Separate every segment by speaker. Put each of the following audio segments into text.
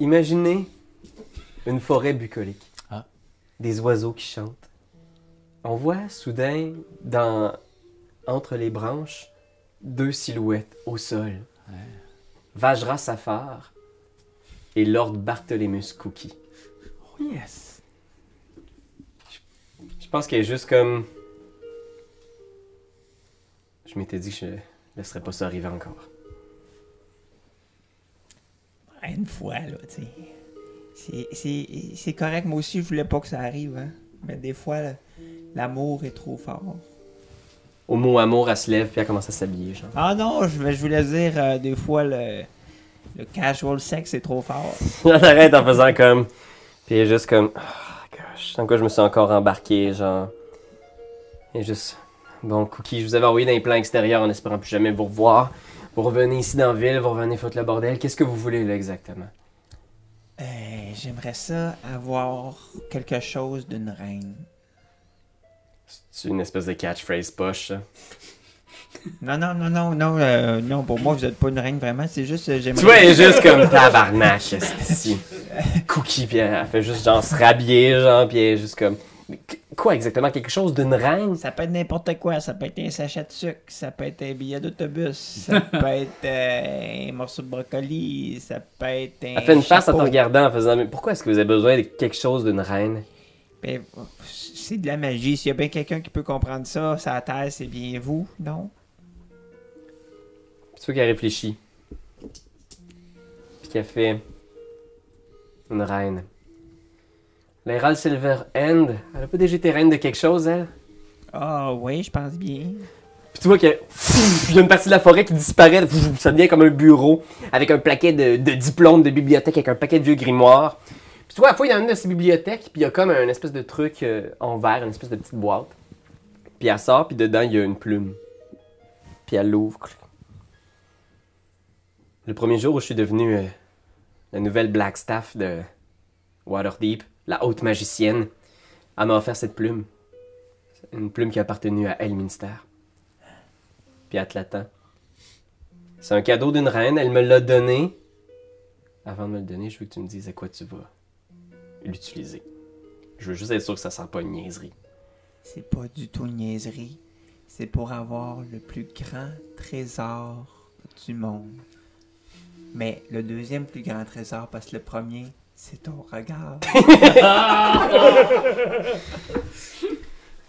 Speaker 1: Imaginez une forêt bucolique.
Speaker 2: Ah.
Speaker 1: Des oiseaux qui chantent. On voit soudain, dans, entre les branches, deux silhouettes au sol. Vajra Safar et Lord Bartholomew Cookie.
Speaker 2: Oh, Yes.
Speaker 1: Je pense qu'elle est juste comme. Je m'étais dit que je laisserais pas ça arriver encore.
Speaker 3: Ouais, Une fois, là, tu sais. C'est- c'est- C'est correct, moi aussi, je voulais pas que ça arrive, hein. Mais des fois, là, l'amour est trop fort.
Speaker 1: Au mot amour, elle se lève puis elle commence à s'habiller, genre.
Speaker 3: Ah non, je, vais- je voulais dire, euh, des fois, le, le casual sex est trop fort.
Speaker 1: Elle s'arrête en faisant comme. Puis elle est juste comme. Ah, gosh, dans quoi je me suis encore embarqué, genre. Et juste. Bon, Cookie, je vous avais envoyé dans les plans extérieurs en espérant plus jamais vous revoir. Vous revenez ici dans la ville, vous revenez foutre le bordel. Qu'est-ce que vous voulez là exactement?
Speaker 3: Euh, J'aimerais ça avoir quelque chose d'une reine.
Speaker 1: C'est une espèce de catchphrase poche, ça.
Speaker 3: Non, non, non, non, non, euh, non, pour moi, vous êtes pas une reine vraiment, c'est juste, euh, j'aimerais.
Speaker 1: Tu vois, elle est juste comme tabarnache, ici. Cookie, puis elle, elle fait juste genre se rhabiller, genre, puis elle est juste comme. Mais qu- Quoi exactement? Quelque chose d'une reine?
Speaker 3: Ça peut être n'importe quoi, ça peut être un sachet de sucre, ça peut être un billet d'autobus, ça peut être euh, un morceau de brocoli, ça peut être un.
Speaker 1: Elle fait une face en te
Speaker 3: chapeau.
Speaker 1: regardant en faisant Mais pourquoi est-ce que vous avez besoin de quelque chose d'une reine?
Speaker 3: Ben, c'est de la magie. S'il y a bien quelqu'un qui peut comprendre ça, ça terre, c'est bien vous, non?
Speaker 1: Puis tu vois qu'elle réfléchit. Puis qu'elle fait. Une reine. L'Héral Silver End, elle a pas déjà été reine de quelque chose, elle?
Speaker 3: Ah oui, je pense bien.
Speaker 1: Puis tu vois que pff, il y a une partie de la forêt qui disparaît, pff, ça devient comme un bureau avec un paquet de, de diplômes de bibliothèque avec un paquet de vieux grimoires. Puis tu vois, à la fois, il y a une de ces bibliothèques, puis il y a comme un espèce de truc euh, en verre, une espèce de petite boîte. Puis elle sort, puis dedans, il y a une plume. Puis elle l'ouvre. Le premier jour où je suis devenu euh, la nouvelle Blackstaff de Waterdeep, la haute magicienne, elle m'a offert cette plume. Une plume qui a appartenu à Elminster puis elle te l'attend. C'est un cadeau d'une reine, elle me l'a donné. Avant de me le donner, je veux que tu me dises à quoi tu vas l'utiliser. Je veux juste être sûr que ça sent pas une niaiserie.
Speaker 3: C'est pas du tout une niaiserie. C'est pour avoir le plus grand trésor du monde. Mais le deuxième plus grand trésor, parce que le premier, c'est ton regard.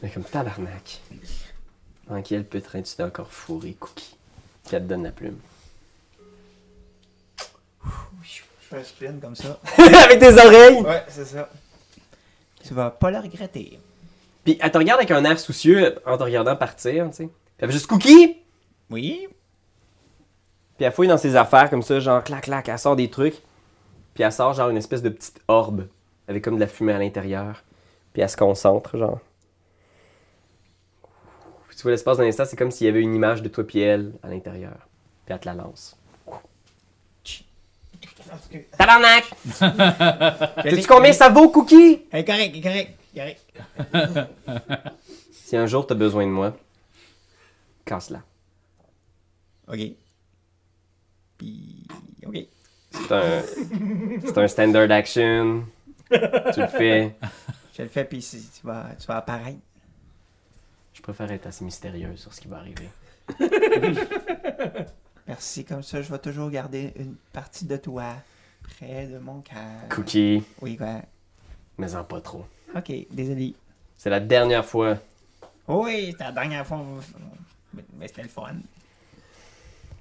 Speaker 1: Mais comme tabarnak. Dans quel putain tu t'es encore fourré, Cookie? Puis elle te donne la plume.
Speaker 3: je fais un spin comme ça.
Speaker 1: Avec tes oreilles!
Speaker 3: Ouais, c'est ça. Tu vas pas le regretter.
Speaker 1: Puis elle te regarde avec un air soucieux en te regardant partir, tu sais. Puis elle fait juste Cookie!
Speaker 3: Oui?
Speaker 1: Puis elle fouille dans ses affaires comme ça, genre clac clac, elle sort des trucs. Puis elle sort genre une espèce de petite orbe avec comme de la fumée à l'intérieur. Puis elle se concentre, genre. Puis tu vois l'espace d'un instant, c'est comme s'il y avait une image de toi puis elle à l'intérieur. Puis elle te la lance. Tabarnak! Sais-tu combien ça vaut, Cookie?
Speaker 3: Hey, correct, correct, correct.
Speaker 1: Si un jour t'as besoin de moi, casse-la.
Speaker 3: OK. Puis, OK.
Speaker 1: C'est un, c'est un standard action. Tu le fais.
Speaker 3: Je le fais, puis si- tu vas, tu vas apparaître.
Speaker 1: Je préfère être assez mystérieux sur ce qui va arriver.
Speaker 3: Merci, comme ça, je vais toujours garder une partie de toi près de mon cœur.
Speaker 1: Cookie.
Speaker 3: Oui, quoi.
Speaker 1: Mais en pas trop.
Speaker 3: OK, désolé. Oh,
Speaker 1: C'est la dernière fois.
Speaker 3: Oui, c'était la dernière fois. Mais, mais c'était le fun.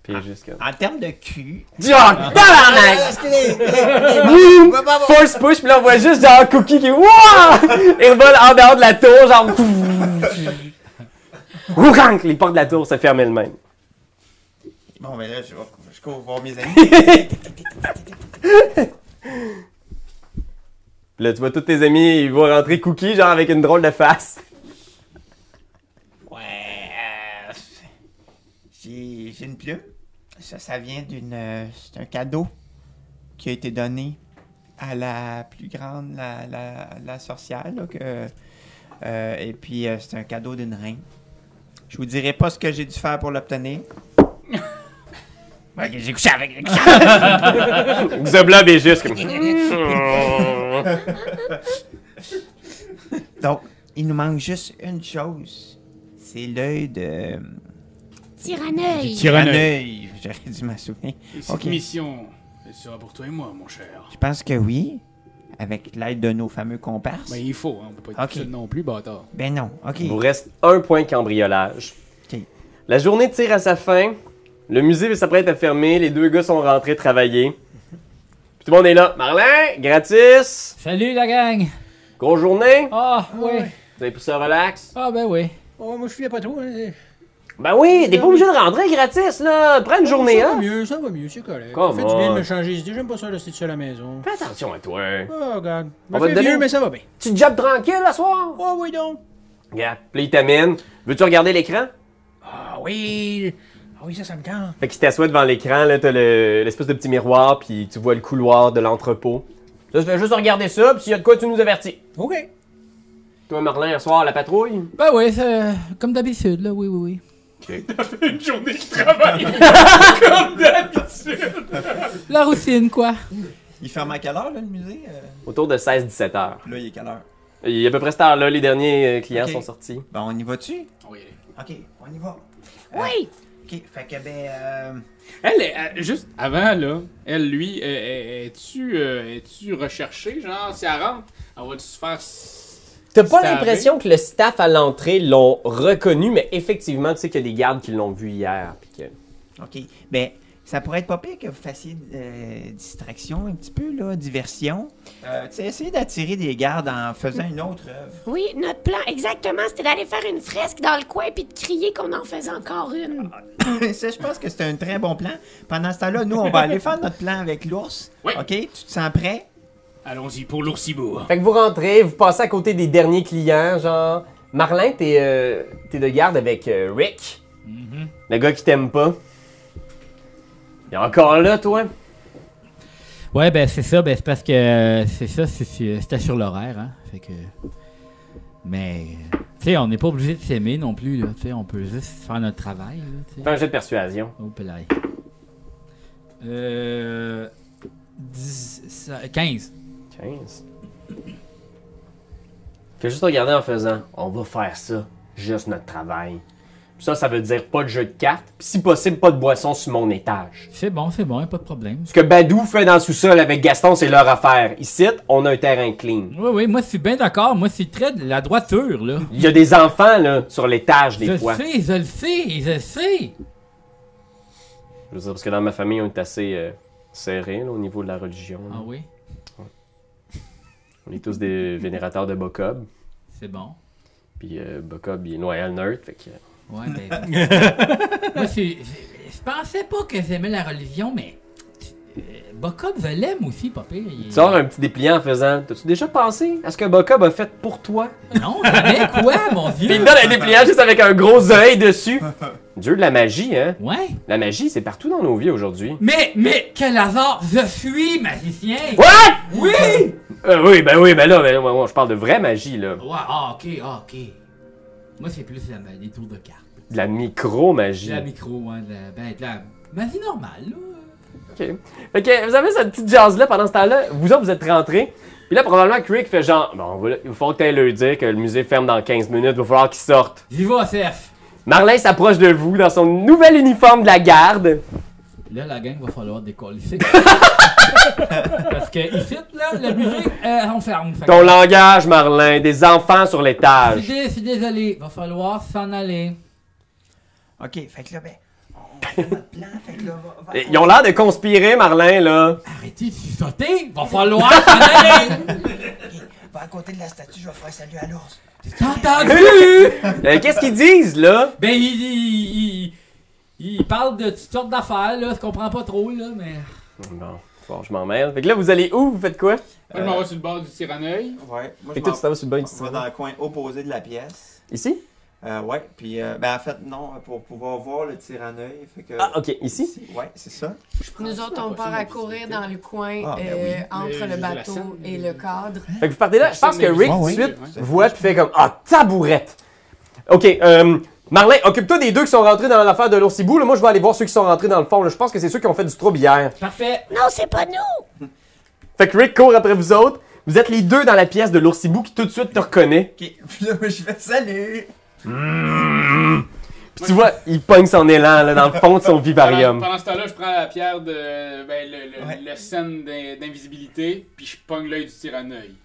Speaker 1: Puis juste Ah. comme.
Speaker 3: En termes de cul...
Speaker 1: Genre, Ah. tabarnak! Boum! Force push, puis là on voit juste genre Cookie qui. Wouah! Il vole en dehors de la tour, genre. Wouhang! Les portes de la tour se ferment elles-mêmes.
Speaker 3: Bon, mais là, je, vais- je cours voir mes amis.
Speaker 1: Puis là tu vois tous tes amis, ils vont rentrer Cookie, genre avec une drôle de face.
Speaker 3: Ouais. euh, J'ai j'ai une plume. Ça, ça vient d'une. euh, C'est un cadeau qui a été donné à la plus grande, la, la, la sorcière. là, que, euh, et puis, euh, c'est un cadeau d'une reine. Je vous dirai pas ce que j'ai dû faire pour l'obtenir. Ok, j'ai couché avec, j'ai couché avec.
Speaker 1: Xoblob est juste comme. Hmm.
Speaker 3: Donc, il nous manque juste une chose. C'est l'œil de...
Speaker 2: Tyranneuil.
Speaker 3: Un
Speaker 4: Tyranneux.
Speaker 3: œil, j'aurais dû m'en souvenir.
Speaker 5: Et cette
Speaker 3: Ok.
Speaker 5: mission, elle sera pour toi et moi, mon cher.
Speaker 3: Je pense que oui, avec l'aide de nos fameux comparses.
Speaker 5: Ben, il faut, hein, on peut pas être
Speaker 3: Ok.
Speaker 5: tout seul non plus, bâtard.
Speaker 3: Ben non, ok.
Speaker 1: Il vous reste un point cambriolage.
Speaker 3: Ok.
Speaker 1: La journée tire à sa fin. Le musée s'apprête à fermer. Les deux gars sont rentrés travailler. Puis tout le monde est là. Marlin, gratis.
Speaker 4: Salut la gang!
Speaker 1: Grosse journée.
Speaker 4: Ah, ouais!
Speaker 1: Vous avez pris ça relax.
Speaker 4: Ah, ben oui.
Speaker 6: Oh, moi, je suis pas trop. Hein.
Speaker 1: Ben oui, t'es pas obligé de rentrer gratis, là. Prends une journée,
Speaker 6: ça va
Speaker 1: hein.
Speaker 6: mieux, ça va mieux, c'est correct.
Speaker 1: Come
Speaker 6: ça fait du bien
Speaker 1: on.
Speaker 6: de me changer d'idée, j'aime pas ça rester seul à la maison.
Speaker 1: Fais attention à toi.
Speaker 6: Oh, God.
Speaker 1: On va
Speaker 6: On va
Speaker 1: te donner-
Speaker 6: vieux, mais ça va bien.
Speaker 1: Tu job tranquille, la soir.
Speaker 6: Oh, oui, donc.
Speaker 1: Regarde, puis là, il t'amène. Veux-tu regarder l'écran?
Speaker 6: Ah, oui. Ah, oui, ça, ça me tente.
Speaker 1: Fait qu'il t'assoit devant l'écran, là, t'as le- l'espèce de petit miroir, puis tu vois le couloir de l'entrepôt. Là, je vais juste regarder ça, puis s'il y a de quoi, tu nous avertis.
Speaker 6: OK.
Speaker 1: Toi, Merlin, hier soir, la patrouille?
Speaker 4: Ben oui, c'est- comme d'habitude, là, oui, oui, oui.
Speaker 5: Une journée de travail!
Speaker 4: La routine, quoi.
Speaker 3: Il ferme à quelle heure, là, le musée? Euh,
Speaker 1: Autour de 16-17 heures.
Speaker 3: Là, il est quelle heure?
Speaker 1: Et à peu près cette heure-là, les derniers euh, clients
Speaker 3: Ok.
Speaker 1: sont sortis.
Speaker 3: Ben, on y va-tu?
Speaker 5: On va y aller.
Speaker 3: Ok, on y va. Euh,
Speaker 2: Oui.
Speaker 3: Ok, fait que, ben, euh,
Speaker 5: Elle, est- elle- juste avant, Ah, là, elle, lui, est- est- es-tu euh, es-tu recherchée, genre, si elle rentre, elle va-tu se faire... s-
Speaker 1: T'as pas
Speaker 5: stabber?
Speaker 1: l'impression que le staff à l'entrée l'ont reconnu, mais effectivement, tu sais qu'il y a des gardes qui l'ont vu hier. puis que-
Speaker 3: ok. Ben, ça pourrait être pas pire que vous fassiez euh, distraction un petit peu, là, diversion. Euh, tu sais, essayez d'attirer des gardes en faisant une autre œuvre.
Speaker 2: Oui, notre plan exactement, c'était d'aller faire une fresque dans le coin puis de crier qu'on en faisait encore une.
Speaker 3: Ça, je pense que c'est un très bon plan. Pendant ce temps-là, nous, on va aller faire notre plan avec l'ours.
Speaker 5: Oui.
Speaker 3: Ok, tu te sens prêt?
Speaker 5: Allons-y pour l'oursibourg.
Speaker 1: Fait que vous rentrez, vous passez à côté des derniers clients, genre... Marlin, t'es euh, t'es de garde avec euh, Rick, le gars qui t'aime pas. Il est encore là, toi?
Speaker 4: Ouais, ben c'est ça, ben c'est parce que euh, c'est ça, c'est- c'est- c'était sur l'horaire, hein. Fait que. Mais. euh, Tu sais, on n'est pas obligé de s'aimer non plus, là. Tu sais, on peut juste faire notre travail, là. tu
Speaker 1: Fais
Speaker 4: sais.
Speaker 1: un jet de persuasion.
Speaker 4: Oh, pelaille. Euh. 10, ça- 15.
Speaker 1: 15. Fais juste regarder en faisant on va faire ça, juste notre travail. Puis ça, ça veut dire pas de jeu de cartes, puis si possible, pas de boisson sur mon étage.
Speaker 4: C'est bon, c'est bon, y a pas de problème.
Speaker 1: Ce que Badou fait dans le sous-sol avec Gaston, c'est leur affaire. Ici, on a un terrain clean.
Speaker 4: Oui, oui, moi, je suis bien d'accord. Moi, c'est très de la droiture, là.
Speaker 1: Il y a des enfants, là, sur l'étage, des
Speaker 4: je
Speaker 1: fois.
Speaker 4: le sais, je le sais, je le sais.
Speaker 1: Je veux dire, parce que dans ma famille, on est assez euh, serré, là, au niveau de la religion. là.
Speaker 4: Ah oui,
Speaker 1: On est tous des vénérateurs de Bokob.
Speaker 4: c'est bon.
Speaker 1: Puis euh, Bokob, il est loyal nerd, fait que... euh,
Speaker 4: Ouais, ben. moi, c'est- c'est- je pensais pas que j'aimais la religion, mais. euh, Bocob, je l'aime aussi, pas pire. il-
Speaker 1: Tu sors un petit dépliant en faisant « T'as-tu déjà pensé à ce que Bokob a fait pour toi? »
Speaker 4: Non, jamais quoi, mon
Speaker 1: Puis il
Speaker 4: vieux?
Speaker 1: me donne un dépliant juste avec un gros œil dessus. Dieu de la magie, hein?
Speaker 4: Ouais.
Speaker 1: La magie, c'est partout dans nos vies aujourd'hui.
Speaker 4: Mais, mais, quel hasard! Je suis magicien!
Speaker 1: What?
Speaker 4: Oui! Ouais,
Speaker 1: Euh, oui, ben oui, ben là, ben, ouais, ouais, je parle de vraie magie, là.
Speaker 4: ah, ok, ah, ok. Moi, c'est plus la, des tours de cartes.
Speaker 1: De la
Speaker 4: De
Speaker 1: micro-magie.
Speaker 4: la micro, hein, de la, ben, de la magie normale, là.
Speaker 1: Ok. Fait que vous avez cette petite jazz-là pendant ce temps-là. Vous autres, vous êtes rentrés. Puis là, probablement que Rick fait genre, bon, voilà, il va falloir que t'ailles leur dire que le musée ferme dans 15 minutes, il va falloir qu'ils sortent.
Speaker 4: J'y vais, Cerf!
Speaker 1: Marlin s'approche de vous dans son nouvel uniforme de la garde.
Speaker 4: Là, la gang va falloir décoller ici. Parce que ici, là, le musée, euh, on ferme. Fait que-
Speaker 1: Ton langage, Marlin, des enfants sur
Speaker 4: Je
Speaker 1: l'étage.
Speaker 4: suis dé- je suis désolé, va falloir s'en aller.
Speaker 3: Ok, fait que là, ben, on fait notre plan. Fait que là, va- va-
Speaker 1: Et Ils ont l'air de conspirer, Marlin, là.
Speaker 4: Arrêtez de sauter, va falloir s'en aller!
Speaker 3: va à côté de la statue, je vais faire un salut à l'ours.
Speaker 4: T'as entendu?
Speaker 1: Euh, Qu'est-ce qu'ils disent, là?
Speaker 4: Ben, il, il, il- il parle de toutes sortes d'affaires, là, je comprends pas trop, là, mais...
Speaker 1: Bon, bon, je m'en mêle. Fait que là, vous allez où? Vous faites quoi?
Speaker 5: Moi, je m'en vais sur le bord du tyranneuil.
Speaker 3: Ouais, moi,
Speaker 1: Fait que toi, tu t'en vas sur le bain du
Speaker 3: On va dans le coin opposé de la pièce.
Speaker 1: Ici?
Speaker 3: Euh, ouais, puis euh, ben en fait non, pour pouvoir voir le tyranneuil, fait que
Speaker 1: Ah, ok, ici?
Speaker 3: ouais, c'est ça.
Speaker 7: Nous autres, on part à courir dans le coin
Speaker 3: Ah, ben
Speaker 7: euh,
Speaker 3: oui.
Speaker 7: entre
Speaker 5: Mais
Speaker 7: le
Speaker 5: je la
Speaker 7: bateau
Speaker 5: sens.
Speaker 7: et le cadre.
Speaker 1: Fait que vous partez là. Je pense que Rick,
Speaker 3: Ouais,
Speaker 1: tout de
Speaker 3: oui.
Speaker 1: suite, voit puis fait comme Ah, tabourette! Ok, euh, Marlin, occupe-toi des deux qui sont rentrés dans l'affaire de l'oursibou. là. Moi, je vais aller voir ceux qui sont rentrés dans le fond. là. Je pense que c'est ceux qui ont fait du trouble hier.
Speaker 4: Parfait.
Speaker 8: Non, c'est pas nous!
Speaker 1: Fait que Rick court après vous autres. Vous êtes les deux dans la pièce de l'oursibou qui tout de suite te reconnaît.
Speaker 3: Ok, puis là, moi, je fais salut!
Speaker 1: Puis tu vois, il pogne son élan là, dans le fond de son
Speaker 5: Pendant,
Speaker 1: vivarium.
Speaker 5: pendant ce temps-là, je prends la pierre de. Ben, le, le,
Speaker 3: Ouais.
Speaker 5: le scène d'in- d'invisibilité, puis je pogne l'œil du tyranneuil.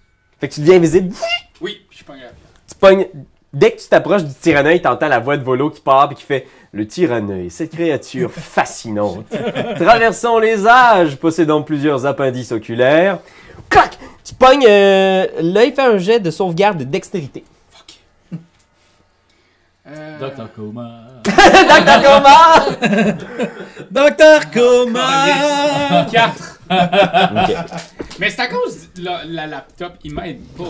Speaker 1: Fait que tu deviens invisible.
Speaker 5: Oui, puis je pogne la pierre.
Speaker 1: Tu pognes. Dès que tu t'approches du tyranneuil, t'entends la voix de Volo qui part et qui fait Le tyranneuil, cette créature fascinante. Traversons les âges, possédant plusieurs appendices oculaires. Clac Tu pognes. euh, L'œil fait un jet de sauvegarde de dextérité.
Speaker 5: Euh,
Speaker 4: Docteur Coma.
Speaker 1: Docteur Coma!
Speaker 9: Docteur Coma!
Speaker 5: 4! Mais c'est à cause de la, la laptop, il m'aide pas.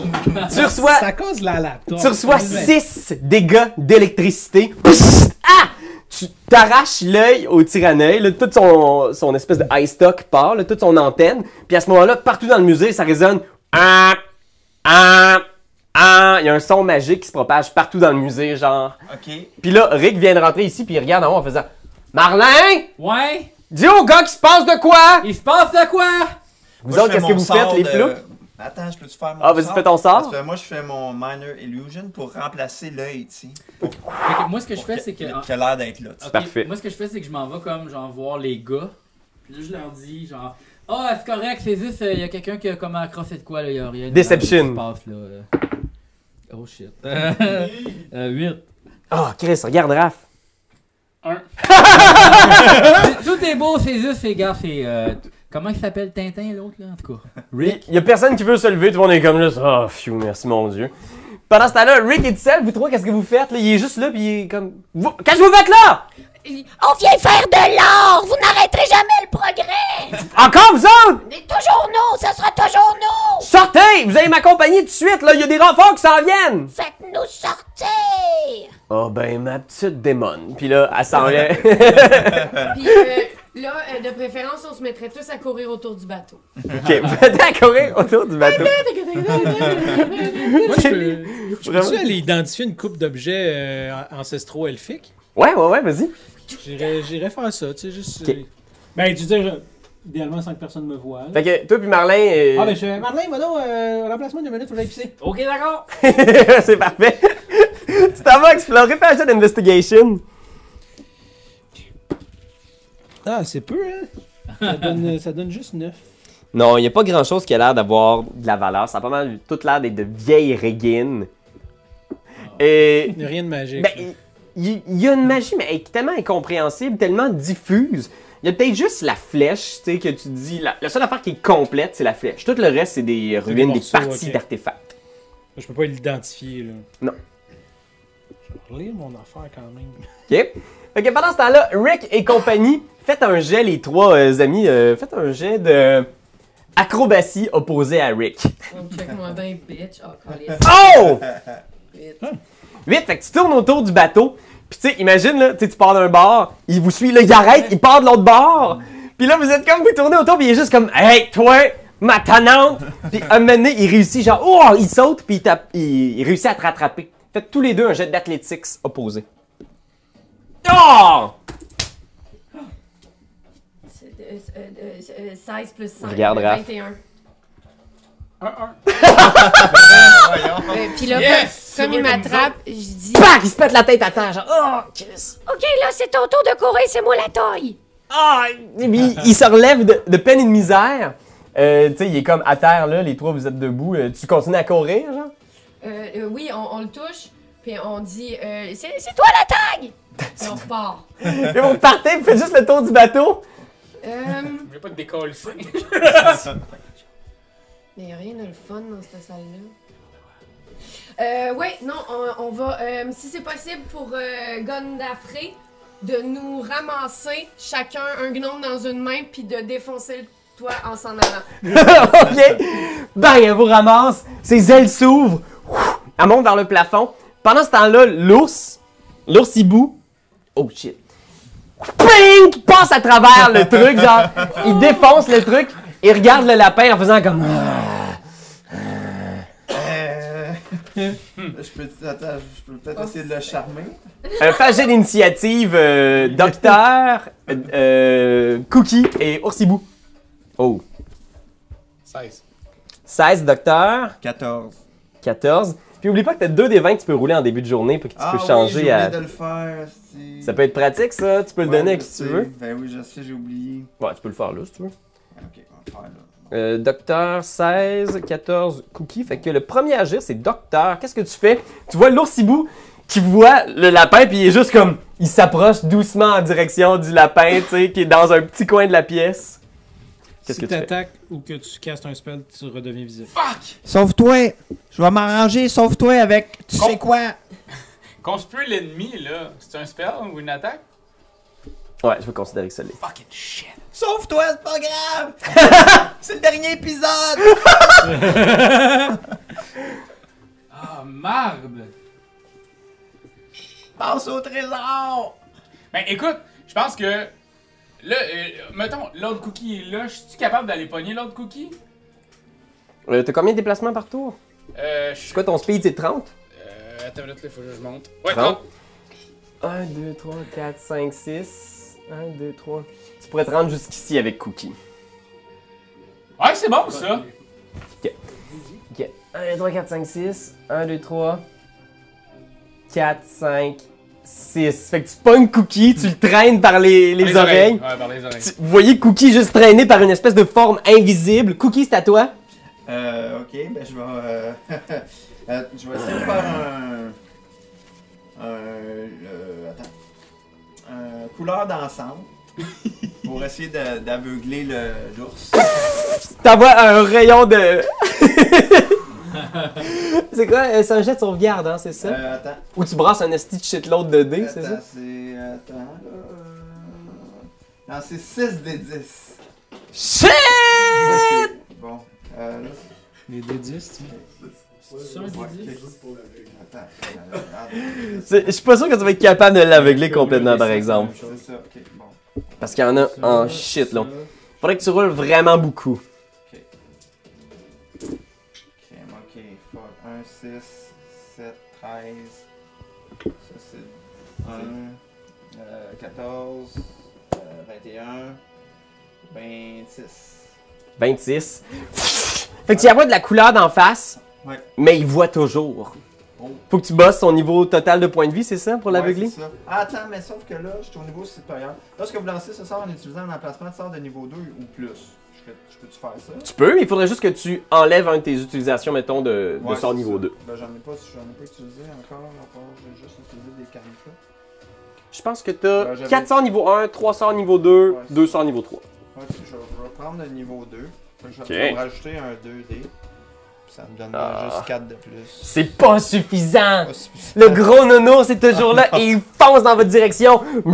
Speaker 1: Tu
Speaker 6: Ah.
Speaker 1: reçois
Speaker 9: C'est à cause de la laptop.
Speaker 1: Tu reçois
Speaker 9: Ouais.
Speaker 1: 6 dégâts d'électricité. Pssst! Ah! Tu t'arraches l'œil au tyranneuil, là, toute son, son espèce de high stock part, là, toute son antenne. Puis à ce moment-là, partout dans le musée, ça résonne. Ah! Ah! Ah! Il y a un son magique qui se propage partout dans le musée, genre.
Speaker 3: Ok.
Speaker 1: Puis là, Rick vient de rentrer ici, puis il regarde en haut en faisant Marlin,
Speaker 4: Ouais.
Speaker 1: dis au gars qu'il se passe de quoi?
Speaker 4: Il se passe de quoi?
Speaker 1: Vous
Speaker 3: Moi, je
Speaker 1: autres,
Speaker 3: fais
Speaker 1: qu'est-ce que
Speaker 3: mon
Speaker 1: vous faites,
Speaker 3: sort
Speaker 1: les
Speaker 3: de-
Speaker 1: ploucs?
Speaker 3: Attends, je peux-tu faire mon
Speaker 1: Ah, vas-y,
Speaker 3: sort?
Speaker 1: fais ton sort.
Speaker 3: Parce que moi, je fais mon Minor Illusion pour remplacer l'œil, tu sais.
Speaker 4: Fait que moi, ce que je
Speaker 3: Pour
Speaker 4: fais, c'est que.
Speaker 3: Qui a l'air d'être là, tu sais.
Speaker 4: Ok,
Speaker 1: Parfait.
Speaker 4: Moi, ce que je fais, c'est que je m'en vais comme, genre, voir les gars. Puis là, je leur dis, genre, ah, c'est correct, c'est juste, il y a quelqu'un qui a comme accroché de quoi, là, il y a rien. de-
Speaker 1: Deception.
Speaker 4: qui se passe, là. euh. Oh shit. euh, 8.
Speaker 1: Ah, Chris, regarde Raph.
Speaker 5: Un.
Speaker 4: Tout est beau, c'est juste, les gars, c'est. euh, t- comment il s'appelle Tintin, l'autre, là, en tout cas Rick.
Speaker 1: Il y a personne qui veut se lever, tout le monde est comme juste Ah, pfiou, merci mon Dieu. Pendant ce temps-là, Rick est tout seul, vous trois, qu'est-ce que vous faites? Là, il est juste là, puis il est comme. Vous- Qu'est-ce que vous faites là?
Speaker 8: On vient faire de l'or! Vous n'arrêterez jamais le progrès!
Speaker 1: Encore vous autres?
Speaker 8: Mais toujours nous! Ça sera toujours nous!
Speaker 1: Sortez! Vous allez m'accompagner tout de suite, là, il y a des renforts qui s'en viennent!
Speaker 8: Faites-nous sortir!
Speaker 1: Oh ben, ma petite démon. Puis là, elle s'en vient.
Speaker 7: Puis euh, là, euh, de préférence, on se mettrait tous à courir autour du bateau.
Speaker 1: ok, vous êtes à courir autour du bateau.
Speaker 10: Moi, je peux, je
Speaker 1: Vraiment?
Speaker 10: peux-tu aller identifier une coupe d'objets euh, ancestraux elfiques?
Speaker 1: Ouais, ouais, ouais, vas-y.
Speaker 10: J'irais j'irais faire ça, tu sais, juste...
Speaker 1: Ok.
Speaker 10: euh, Ben, tu
Speaker 6: euh,
Speaker 10: dis, idéalement, sans que personne me voie. là.
Speaker 1: Fait que toi, puis Marlin. euh,
Speaker 10: Ah, ben, je fais, Marlin, va donc, euh, remplace-moi deux minutes, faut que j'aille pisser.
Speaker 4: Ok, d'accord.
Speaker 1: C'est parfait. tu t'en vas explorer, fais un jeu d'investigation.
Speaker 10: Ah, c'est peu, hein? Ça donne, euh, ça donne juste 9.
Speaker 1: Non, il n'y a pas grand chose qui a l'air d'avoir de la valeur. Ça a pas mal tout l'air d'être de vieilles régines. Et.
Speaker 10: Il n'y a rien de magique.
Speaker 1: Ben, il il- il y, a une magie, mais elle est tellement incompréhensible, tellement diffuse. Il y a peut-être juste la flèche, tu sais, que tu dis. La, la seule affaire qui est complète, c'est la flèche. Tout le reste, c'est des ruines, des,
Speaker 10: morceaux,
Speaker 1: parties
Speaker 10: ok.
Speaker 1: d'artefacts.
Speaker 10: Je peux pas l'identifier, là.
Speaker 1: Non.
Speaker 10: Je vais relire mon affaire quand même.
Speaker 1: OK? Fait que pendant ce temps-là, Rick et compagnie, faites un jet, les trois euh, amis, euh, faites un jet de. Acrobatie opposée à Rick.
Speaker 7: On me check mon dent, bitch. Oh, colisse.
Speaker 1: Oh!
Speaker 7: Vite.
Speaker 1: Vite, fait que tu tournes autour du bateau. Puis tu sais, imagine, là, tu sais, tu pars d'un bord, il vous suit, là, il arrête, il part de l'autre bord. Puis là, vous êtes comme, vous tournez autour, puis il est juste comme, hey, toi, ma tanante. Puis à un moment donné, il réussit, genre, oh, il saute, puis il, tape, il, il réussit à te rattraper. Faites tous les deux un jet d'athlétics opposé. Oh!
Speaker 7: C'est, euh, euh, euh, euh, 16 plus euh, 5.
Speaker 1: Regarde, Raph.
Speaker 7: 21.
Speaker 5: Un, un. Ben,
Speaker 7: Euh, Puis là,
Speaker 5: Yes!
Speaker 7: comme, comme il
Speaker 5: C'est vrai, comme
Speaker 7: m'attrape, je dis.
Speaker 1: Pac! Il se pète la tête à terre, genre, oh, Chris.
Speaker 8: Ok, là, c'est ton tour de courir, c'est moi la taille!
Speaker 1: Ah! Puis il se relève de, de peine et de misère. Euh, tu sais, il est comme à terre, là, les trois, vous êtes debout. Euh, tu continues à courir, genre?
Speaker 7: Euh, euh, oui, on, on le touche, puis on dit euh, c'est, c'est
Speaker 8: Toi la taille!
Speaker 7: toi, puis on repart.
Speaker 1: Puis vous partez, vous faites juste le tour du bateau.
Speaker 7: Euh,
Speaker 5: Je vais pas te décoller ça.
Speaker 1: Ben,
Speaker 7: mais y a rien de le fun dans cette salle-là. Euh, ouais, non, on, on va, euh, si c'est possible pour euh, Gondafré, de nous ramasser chacun un gnome dans une main, puis de défoncer le toit en s'en allant.
Speaker 1: OK. Bang, elle vous ramasse. Ses ailes s'ouvrent. Ouf, Elle monte vers le plafond. Pendant ce temps-là, l'ours, l'ours hibou. Oh shit. Ping! Il passe à travers le truc, genre. Il défonce le truc. euh, Il regarde le lapin en faisant comme.
Speaker 3: Euh, Je peux, attends, je peux
Speaker 4: Oh,
Speaker 3: peut-être essayer de le charmer.
Speaker 1: Euh, fais un jet d'initiative, euh, Docteur, euh, euh, Cookie et Oursibou. Oh.
Speaker 5: 16.
Speaker 1: 16, Docteur,
Speaker 3: 14.
Speaker 1: 14. Puis oublie pas que t'as deux des 20 que tu peux rouler en début de journée, puis que tu
Speaker 3: ah,
Speaker 1: peux
Speaker 3: oui,
Speaker 1: changer
Speaker 3: j'ai oublié
Speaker 1: à...
Speaker 3: de le faire. c'est-
Speaker 1: Ça peut être pratique, ça. Tu peux le
Speaker 3: Ouais,
Speaker 1: donner à
Speaker 3: je
Speaker 1: qui
Speaker 3: sais.
Speaker 1: tu veux.
Speaker 3: Ben oui, je sais, j'ai oublié.
Speaker 1: Ouais, tu peux le faire là, si tu veux.
Speaker 3: Ah, Ok, on va le faire là.
Speaker 1: Euh, docteur 16, 14, Cookie. Fait que le premier à agir, c'est Docteur. Qu'est-ce que tu fais? Tu vois l'oursibou qui voit le lapin, puis il est juste comme. Il s'approche doucement en direction du lapin, tu sais, qui est dans un petit coin de la pièce. Qu'est-ce que
Speaker 10: si
Speaker 1: tu fais?
Speaker 10: t'attaques ou que tu castes un spell, tu redeviens visible.
Speaker 3: Sauve-toi! Je vais m'arranger, sauve-toi avec. Tu
Speaker 5: Con-
Speaker 3: sais quoi?
Speaker 5: Conspuer l'ennemi, là, c'est un spell ou une attaque?
Speaker 1: Ouais, je vais considérer que ça l'est.
Speaker 5: Fucking shit!
Speaker 3: Sauve-toi, c'est pas grave! c'est le dernier épisode!
Speaker 5: Ah, marde!
Speaker 3: Passe au trésor!
Speaker 5: Ben écoute, je pense que. Là, euh, mettons, l'autre cookie est là. Je suis capable d'aller pogner l'autre cookie?
Speaker 1: Euh, T'as combien de déplacements par tour?
Speaker 5: Euh, je
Speaker 1: C'est
Speaker 5: suis.
Speaker 1: quoi ton speed? C'est 30?
Speaker 5: Euh, attends une minute, il faut que je monte. Ouais,
Speaker 1: Trente.
Speaker 5: trente.
Speaker 1: 1, 2, 3, 4, 5, 6. 1, 2, 3. Tu pourrais te rendre jusqu'ici avec Cookie.
Speaker 5: oh. Ouais, c'est bon ça!
Speaker 1: Ok. 1, 2, 3, 4, 5, 6. 1, 2, 3. 4, 5, 6. Fait que tu pognes Cookie, tu le traînes par les, les
Speaker 5: Par
Speaker 1: oreilles.
Speaker 5: Ouais, par les oreilles.
Speaker 1: Tu- vous voyez Cookie juste traîné par une espèce de forme invisible. Cookie, c'est à toi.
Speaker 3: Euh, ok, ben je vais. euh, euh, je vais essayer de faire un. Un. euh, attends. Un couleur d'ensemble. pour essayer de- d'aveugler le- l'ours.
Speaker 1: T'envoies un rayon de. c'est quoi? Euh, C'est un jet de sauvegarde, hein, c'est ça?
Speaker 3: Euh, attends.
Speaker 1: Ou tu brasses un esti de shitload de dés, c'est ça?
Speaker 3: Attends, c'est. Attends, là. euh, Non, c'est 6 des 10.
Speaker 1: Shit!
Speaker 3: Ok, Bon. Euh, là,
Speaker 10: Les D10, tu
Speaker 3: c'est. Attends. euh, regarde.
Speaker 1: C'est- Je suis pas sûr que tu vas être capable de l'aveugler complètement, par exemple.
Speaker 3: C'est ça, ok, bon.
Speaker 1: Parce qu'il y en a en shit, là. Faudrait que tu roules vraiment beaucoup.
Speaker 3: Ok, ok, fuck. 1, 6, 7, 13. Ça c'est 1, euh, 14, euh, 21, 26.
Speaker 1: 26. Fait que tu y vois de la couleur d'en face,
Speaker 3: Ouais.
Speaker 1: mais il voit toujours.
Speaker 3: Oh.
Speaker 1: Faut que tu bosses son niveau total de points de vie, c'est ça, pour l'aveugler?
Speaker 3: Ouais, c'est ça. ah, attends, mais sauf que là, je suis au niveau supérieur. Lorsque vous lancez ce sort en utilisant un emplacement de sort de niveau 2 ou plus, je, peux- je peux-tu faire ça?
Speaker 1: tu peux, mais il faudrait juste que tu enlèves un de tes utilisations, mettons, de, de
Speaker 3: Ouais,
Speaker 1: sort
Speaker 3: c'est
Speaker 1: niveau
Speaker 3: ça.
Speaker 1: 2.
Speaker 3: Ben, j'en ai pas, j'en ai pas utilisé encore, encore, j'ai juste utilisé des camouflages.
Speaker 1: Je pense que t'as
Speaker 3: Ouais, j'avais-
Speaker 1: 400 niveau 1, 300 niveau 2,
Speaker 3: Ouais, c'est
Speaker 1: 200 niveau 3.
Speaker 3: Ok, je vais reprendre le niveau 2. Fait que Je
Speaker 1: Ok.
Speaker 3: vais pouvoir rajouter un 2D. Puis ça me donne
Speaker 1: Ah.
Speaker 3: juste 4 de plus.
Speaker 1: C'est pas suffisant!
Speaker 3: Ah, c'est-
Speaker 1: Le gros nono, c'est toujours là et il fonce dans votre direction. Ok.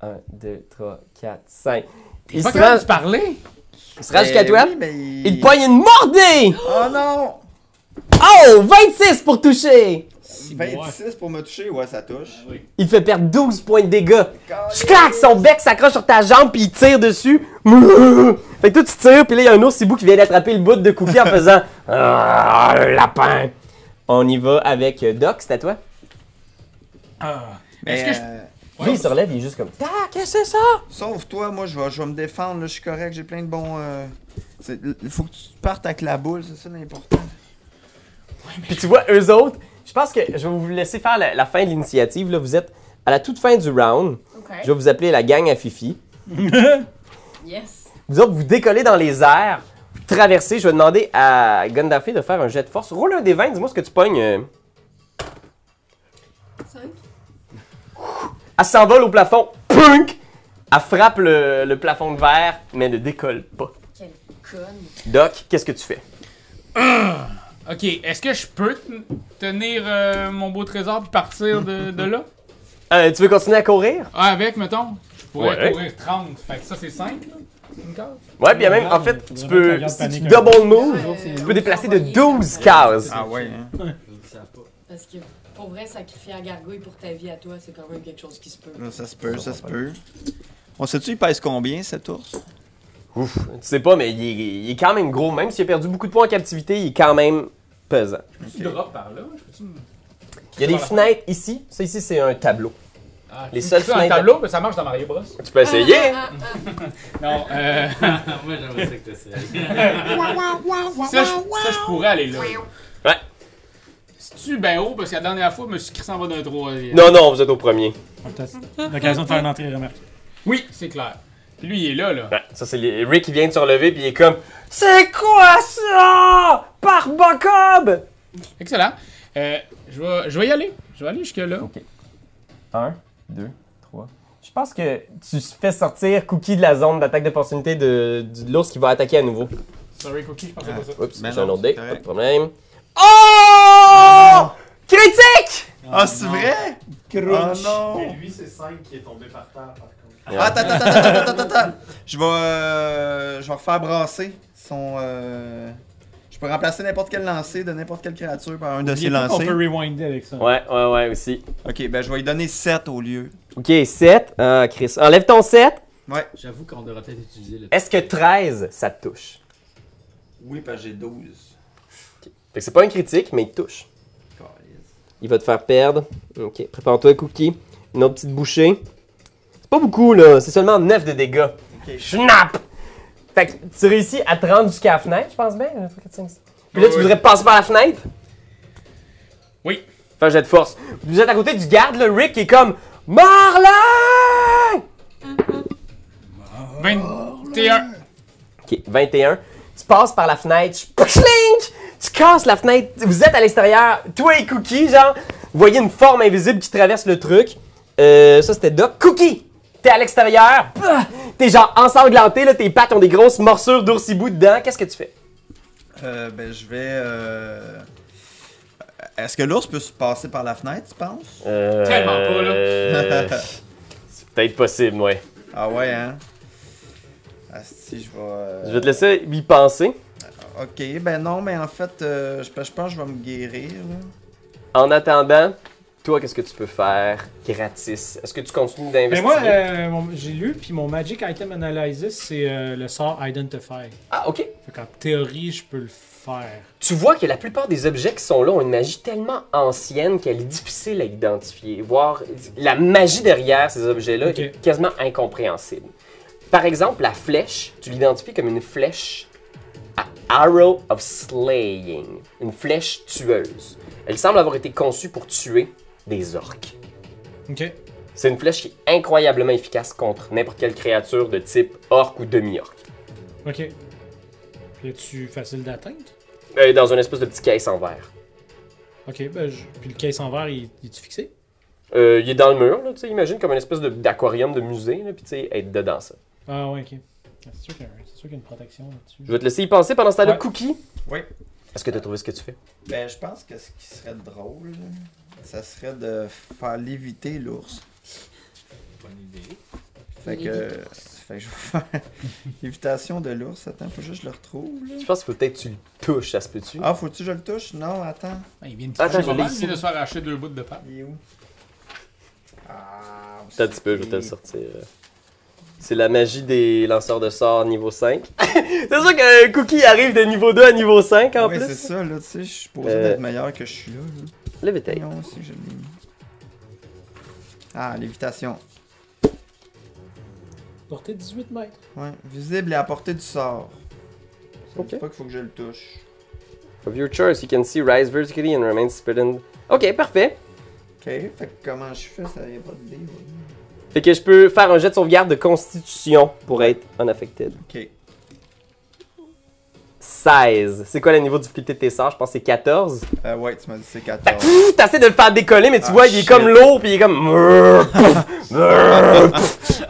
Speaker 1: 1, 2, 3, 4, 5. Il se rend,
Speaker 5: parler?
Speaker 1: il se rend jusqu'à
Speaker 3: Eh
Speaker 1: toi.
Speaker 3: oui, mais il...
Speaker 1: Il te pogne une mordée!
Speaker 3: Oh non!
Speaker 1: Oh! 26 pour toucher!
Speaker 3: 26 pour me toucher, ouais, ça touche.
Speaker 1: Il te fait perdre 12 points de dégâts. Clac! Son bec s'accroche sur ta jambe puis il tire dessus. Fait que toi tu tires puis là il y a un ours hibou qui vient d'attraper le bout de cookie en faisant Ah, le lapin! On y va avec euh, Doc, c'est à toi.
Speaker 5: Ah.
Speaker 3: Mais
Speaker 5: Est-ce que je-
Speaker 3: euh,
Speaker 1: Lui il se relève, il est juste comme Tac, qu'est-ce que c'est ça?
Speaker 3: Sauve-toi, moi, je vais, je vais me défendre, là, je suis correct, j'ai plein de bons... euh, c'est- Il faut que tu partes avec la boule, c'est ça l'important.
Speaker 1: Puis tu vois, eux autres, je pense que je vais vous laisser faire la, la fin de l'initiative. Là, vous êtes à la toute fin du round.
Speaker 7: Ok.
Speaker 1: Je vais vous appeler la gang à Fifi.
Speaker 7: Yes.
Speaker 1: Vous autres, vous décollez dans les airs, vous traversez. Je vais demander à Gundafé de faire un jet de force. Roule un des 20, dis-moi ce que tu pognes. euh.
Speaker 7: 5.
Speaker 1: Elle s'envole au plafond. Punk! Elle frappe le, le plafond de verre, mais ne décolle pas.
Speaker 7: Quelle conne.
Speaker 1: Doc, qu'est-ce que tu fais?
Speaker 5: Ok, est-ce que je peux ten- tenir euh, mon beau trésor puis partir de, de là?
Speaker 1: Euh, tu veux continuer à courir?
Speaker 5: Ah, avec, mettons? Je pourrais
Speaker 1: Ouais.
Speaker 5: courir 30. Fait que ça, c'est 5, là? Une case?
Speaker 1: Ouais, puis même, en fait, tu peux. Si tu double move, tu peux déplacer de 12 cases.
Speaker 3: Ah ouais, hein?
Speaker 7: Parce que pour vrai, sacrifier à gargouille pour ta vie à toi, c'est quand même quelque chose qui se peut.
Speaker 10: Mm.
Speaker 3: Là, ça se peut, ça se peut. On sait-tu, il pèse combien, cet ours?
Speaker 1: Ouf, tu sais pas, mais il est, il est quand même gros. Même s'il a perdu beaucoup de points en captivité, il est quand même pesant.
Speaker 5: Tu drop par là? Je peux-tu me-
Speaker 1: Il y a des fenêtres ici. Ça, ici, c'est un tableau.
Speaker 5: Ah,
Speaker 1: Les
Speaker 5: tu
Speaker 1: seules
Speaker 5: fais un
Speaker 1: fenêtres-
Speaker 5: tableau, mais ça marche dans Mario Bros.
Speaker 1: Tu peux essayer.
Speaker 5: Non, euh.
Speaker 4: Moi, j'aimerais ça que t'essayes.
Speaker 5: ça, je, ça, je pourrais aller là.
Speaker 1: Ouais.
Speaker 5: C'est-tu ben haut? Parce que la dernière fois, je me suis crissé en bas d'un troisième.
Speaker 1: Non, non, vous êtes au premier.
Speaker 10: T'as l'occasion de faire une entrée remarque.
Speaker 5: Oui, c'est clair. Lui, il est là, là.
Speaker 1: Ouais, Ben, ça, c'est les- Rick qui vient de se relever, puis il est comme C'est quoi ça Par Bocob
Speaker 5: Excellent. Euh, je, vais, je vais y aller. Je vais aller jusque-là.
Speaker 1: 1, 2, 3. Je pense que tu fais sortir Cookie de la zone d'attaque d'opportunité de, de l'ours qui va attaquer à nouveau.
Speaker 5: Sorry, Cookie, je pensais pas ça.
Speaker 1: Oups,
Speaker 3: Ben
Speaker 1: j'ai un
Speaker 3: non,
Speaker 1: autre dé,
Speaker 3: c'est
Speaker 1: pas
Speaker 3: correct.
Speaker 1: de problème. Oh Critique
Speaker 3: Ah, c'est vrai? Oh non!
Speaker 11: lui, c'est 5 qui est tombé par terre, par contre.
Speaker 3: Attends, Ah, attends, attends, attends, attends, attends, attends. Je vais, euh, je vais refaire brasser son. euh, Je peux remplacer n'importe quel lancer de n'importe quelle créature par un de ses
Speaker 10: On
Speaker 3: lancers.
Speaker 10: peut rewinder avec ça.
Speaker 1: Ouais, ouais, ouais, aussi.
Speaker 3: Ok, ben je vais lui donner 7 au lieu.
Speaker 1: Ok, 7. Ah, Chris. Enlève ton 7.
Speaker 4: J'avoue qu'on devrait peut-être utiliser le.
Speaker 1: Est-ce que 13, ça te touche?
Speaker 3: Oui, parce que j'ai 12.
Speaker 1: Fait que c'est pas un critique, mais il te touche. Il va te faire perdre. Ok, prépare-toi, Cookie. Une autre petite bouchée. C'est pas beaucoup, là. C'est seulement 9 de dégâts.
Speaker 3: Ok.
Speaker 1: Snap! Fait que tu réussis à te rendre jusqu'à la fenêtre, je pense bien. un, trois, quatre, cinq, six. Puis là,
Speaker 5: Oui,
Speaker 1: tu
Speaker 5: oui.
Speaker 1: voudrais passer par la fenêtre?
Speaker 5: Oui.
Speaker 1: Fais un jet de force. Vous êtes à côté du garde, là. Rick qui est comme Marlin!
Speaker 5: 21.
Speaker 1: Ok, 21. Tu passes par la fenêtre, tu- pschling! tu casses la fenêtre, vous êtes à l'extérieur, toi et Cookie, genre, vous voyez une forme invisible qui traverse le truc. Euh, ça c'était Doc. Cookie, t'es à l'extérieur, Bah! t'es genre ensanglanté, là, tes pattes ont des grosses morsures d'oursibou dedans, qu'est-ce que tu fais?
Speaker 3: Euh, ben je vais. euh, Est-ce que l'ours peut se passer par la fenêtre, tu penses?
Speaker 5: Tellement pas, là.
Speaker 1: Euh,
Speaker 3: Euh,
Speaker 1: C'est peut-être possible, ouais.
Speaker 3: Ah ouais, hein? Ah, si, je vais. euh,
Speaker 1: Je vais te laisser y penser.
Speaker 3: Ok, ben non, mais en fait, euh, je, je pense que je vais me guérir. là.
Speaker 1: En attendant, toi, qu'est-ce que tu peux faire gratis? Est-ce que tu continues
Speaker 10: Mais
Speaker 1: d'investir?
Speaker 10: moi, euh, mon- j'ai lu, puis mon Magic Item Analysis, c'est euh, le sort Identify.
Speaker 1: Ah, ok.
Speaker 10: Fait qu'en théorie, je peux le faire.
Speaker 1: Tu vois que la plupart des objets qui sont là ont une magie tellement ancienne qu'elle est difficile à identifier, voire la magie derrière ces objets-là
Speaker 10: Ok.
Speaker 1: est quasiment incompréhensible. Par exemple, la flèche, tu l'identifies comme une flèche à Arrow of Slaying, une flèche tueuse. Elle semble avoir été conçue pour tuer des orques.
Speaker 10: Ok.
Speaker 1: C'est une flèche qui est incroyablement efficace contre n'importe quelle créature de type orc ou demi-orc.
Speaker 10: Ok. Puis tu facile d'atteinte?
Speaker 1: Euh, dans une espèce de petit caisse en verre.
Speaker 10: Ok, ben je... Puis le caisse en verre, il, il est fixé?
Speaker 1: Euh, il est dans le mur, là, tu sais, imagine comme une espèce de- d'aquarium de, musée, là, puis tu sais, être dedans ça.
Speaker 10: Ah ouais, ok. Ah, C'est sûr qu'il y a un- c'est sûr qu'il y a une protection là-dessus.
Speaker 1: Je vais te laisser y penser pendant ce temps-là,
Speaker 10: Ouais.
Speaker 1: Cookie.
Speaker 3: Oui.
Speaker 1: Est-ce que t'as trouvé ce que tu fais?
Speaker 3: Ben, je pense que ce qui serait drôle, là, ça serait de faire léviter l'ours. Bonne idée. Fait que, fait que je vais faire l'évitation de l'ours. Attends, faut juste que je le retrouve. là.
Speaker 1: Je pense qu'il faut peut-être que tu le touches, ça se peut-tu?
Speaker 3: Ah, faut-tu que je le touche? Non, attends.
Speaker 5: Ah, il vient de,
Speaker 1: Attends,
Speaker 5: Attends,
Speaker 1: je l'ai
Speaker 5: il
Speaker 1: ici.
Speaker 5: vient de se faire arracher deux bouts de pape.
Speaker 3: Il est où? Ah, on
Speaker 1: Attends un petit peu, je vais te le sortir. euh. C'est la magie des lanceurs de sorts niveau 5. c'est sûr que euh, Cookie arrive de niveau 2 à niveau 5 en
Speaker 3: Ouais, c'est
Speaker 1: plus.
Speaker 3: ça, là, tu sais, je suis supposé
Speaker 1: Euh.
Speaker 3: d'être meilleur que je suis là. là.
Speaker 1: Lève tes
Speaker 3: Non, si je l'ai mis. Ah, lévitation.
Speaker 10: Portée 18 mètres.
Speaker 3: Ouais, visible et à portée du sort. Ça me dit
Speaker 1: Ok.
Speaker 3: pas qu'il faut que je le touche.
Speaker 1: Of your choice, you can see rise vertically and remain suspended. Ok, parfait.
Speaker 3: Ok, fait que comment je fais, ça y a pas de dé. ouais.
Speaker 1: Fait que je peux faire un jet de sauvegarde de constitution pour être unaffected.
Speaker 3: Ok.
Speaker 1: 16. C'est quoi le niveau de difficulté de tes sorts? Je pense que c'est 14.
Speaker 3: Euh, ouais, tu m'as dit c'est
Speaker 1: Fait que,
Speaker 3: 14.
Speaker 1: pff, T'essaies de le faire décoller, mais tu
Speaker 3: Ah,
Speaker 1: vois, il est
Speaker 3: shit.
Speaker 1: comme lourd, puis il est comme.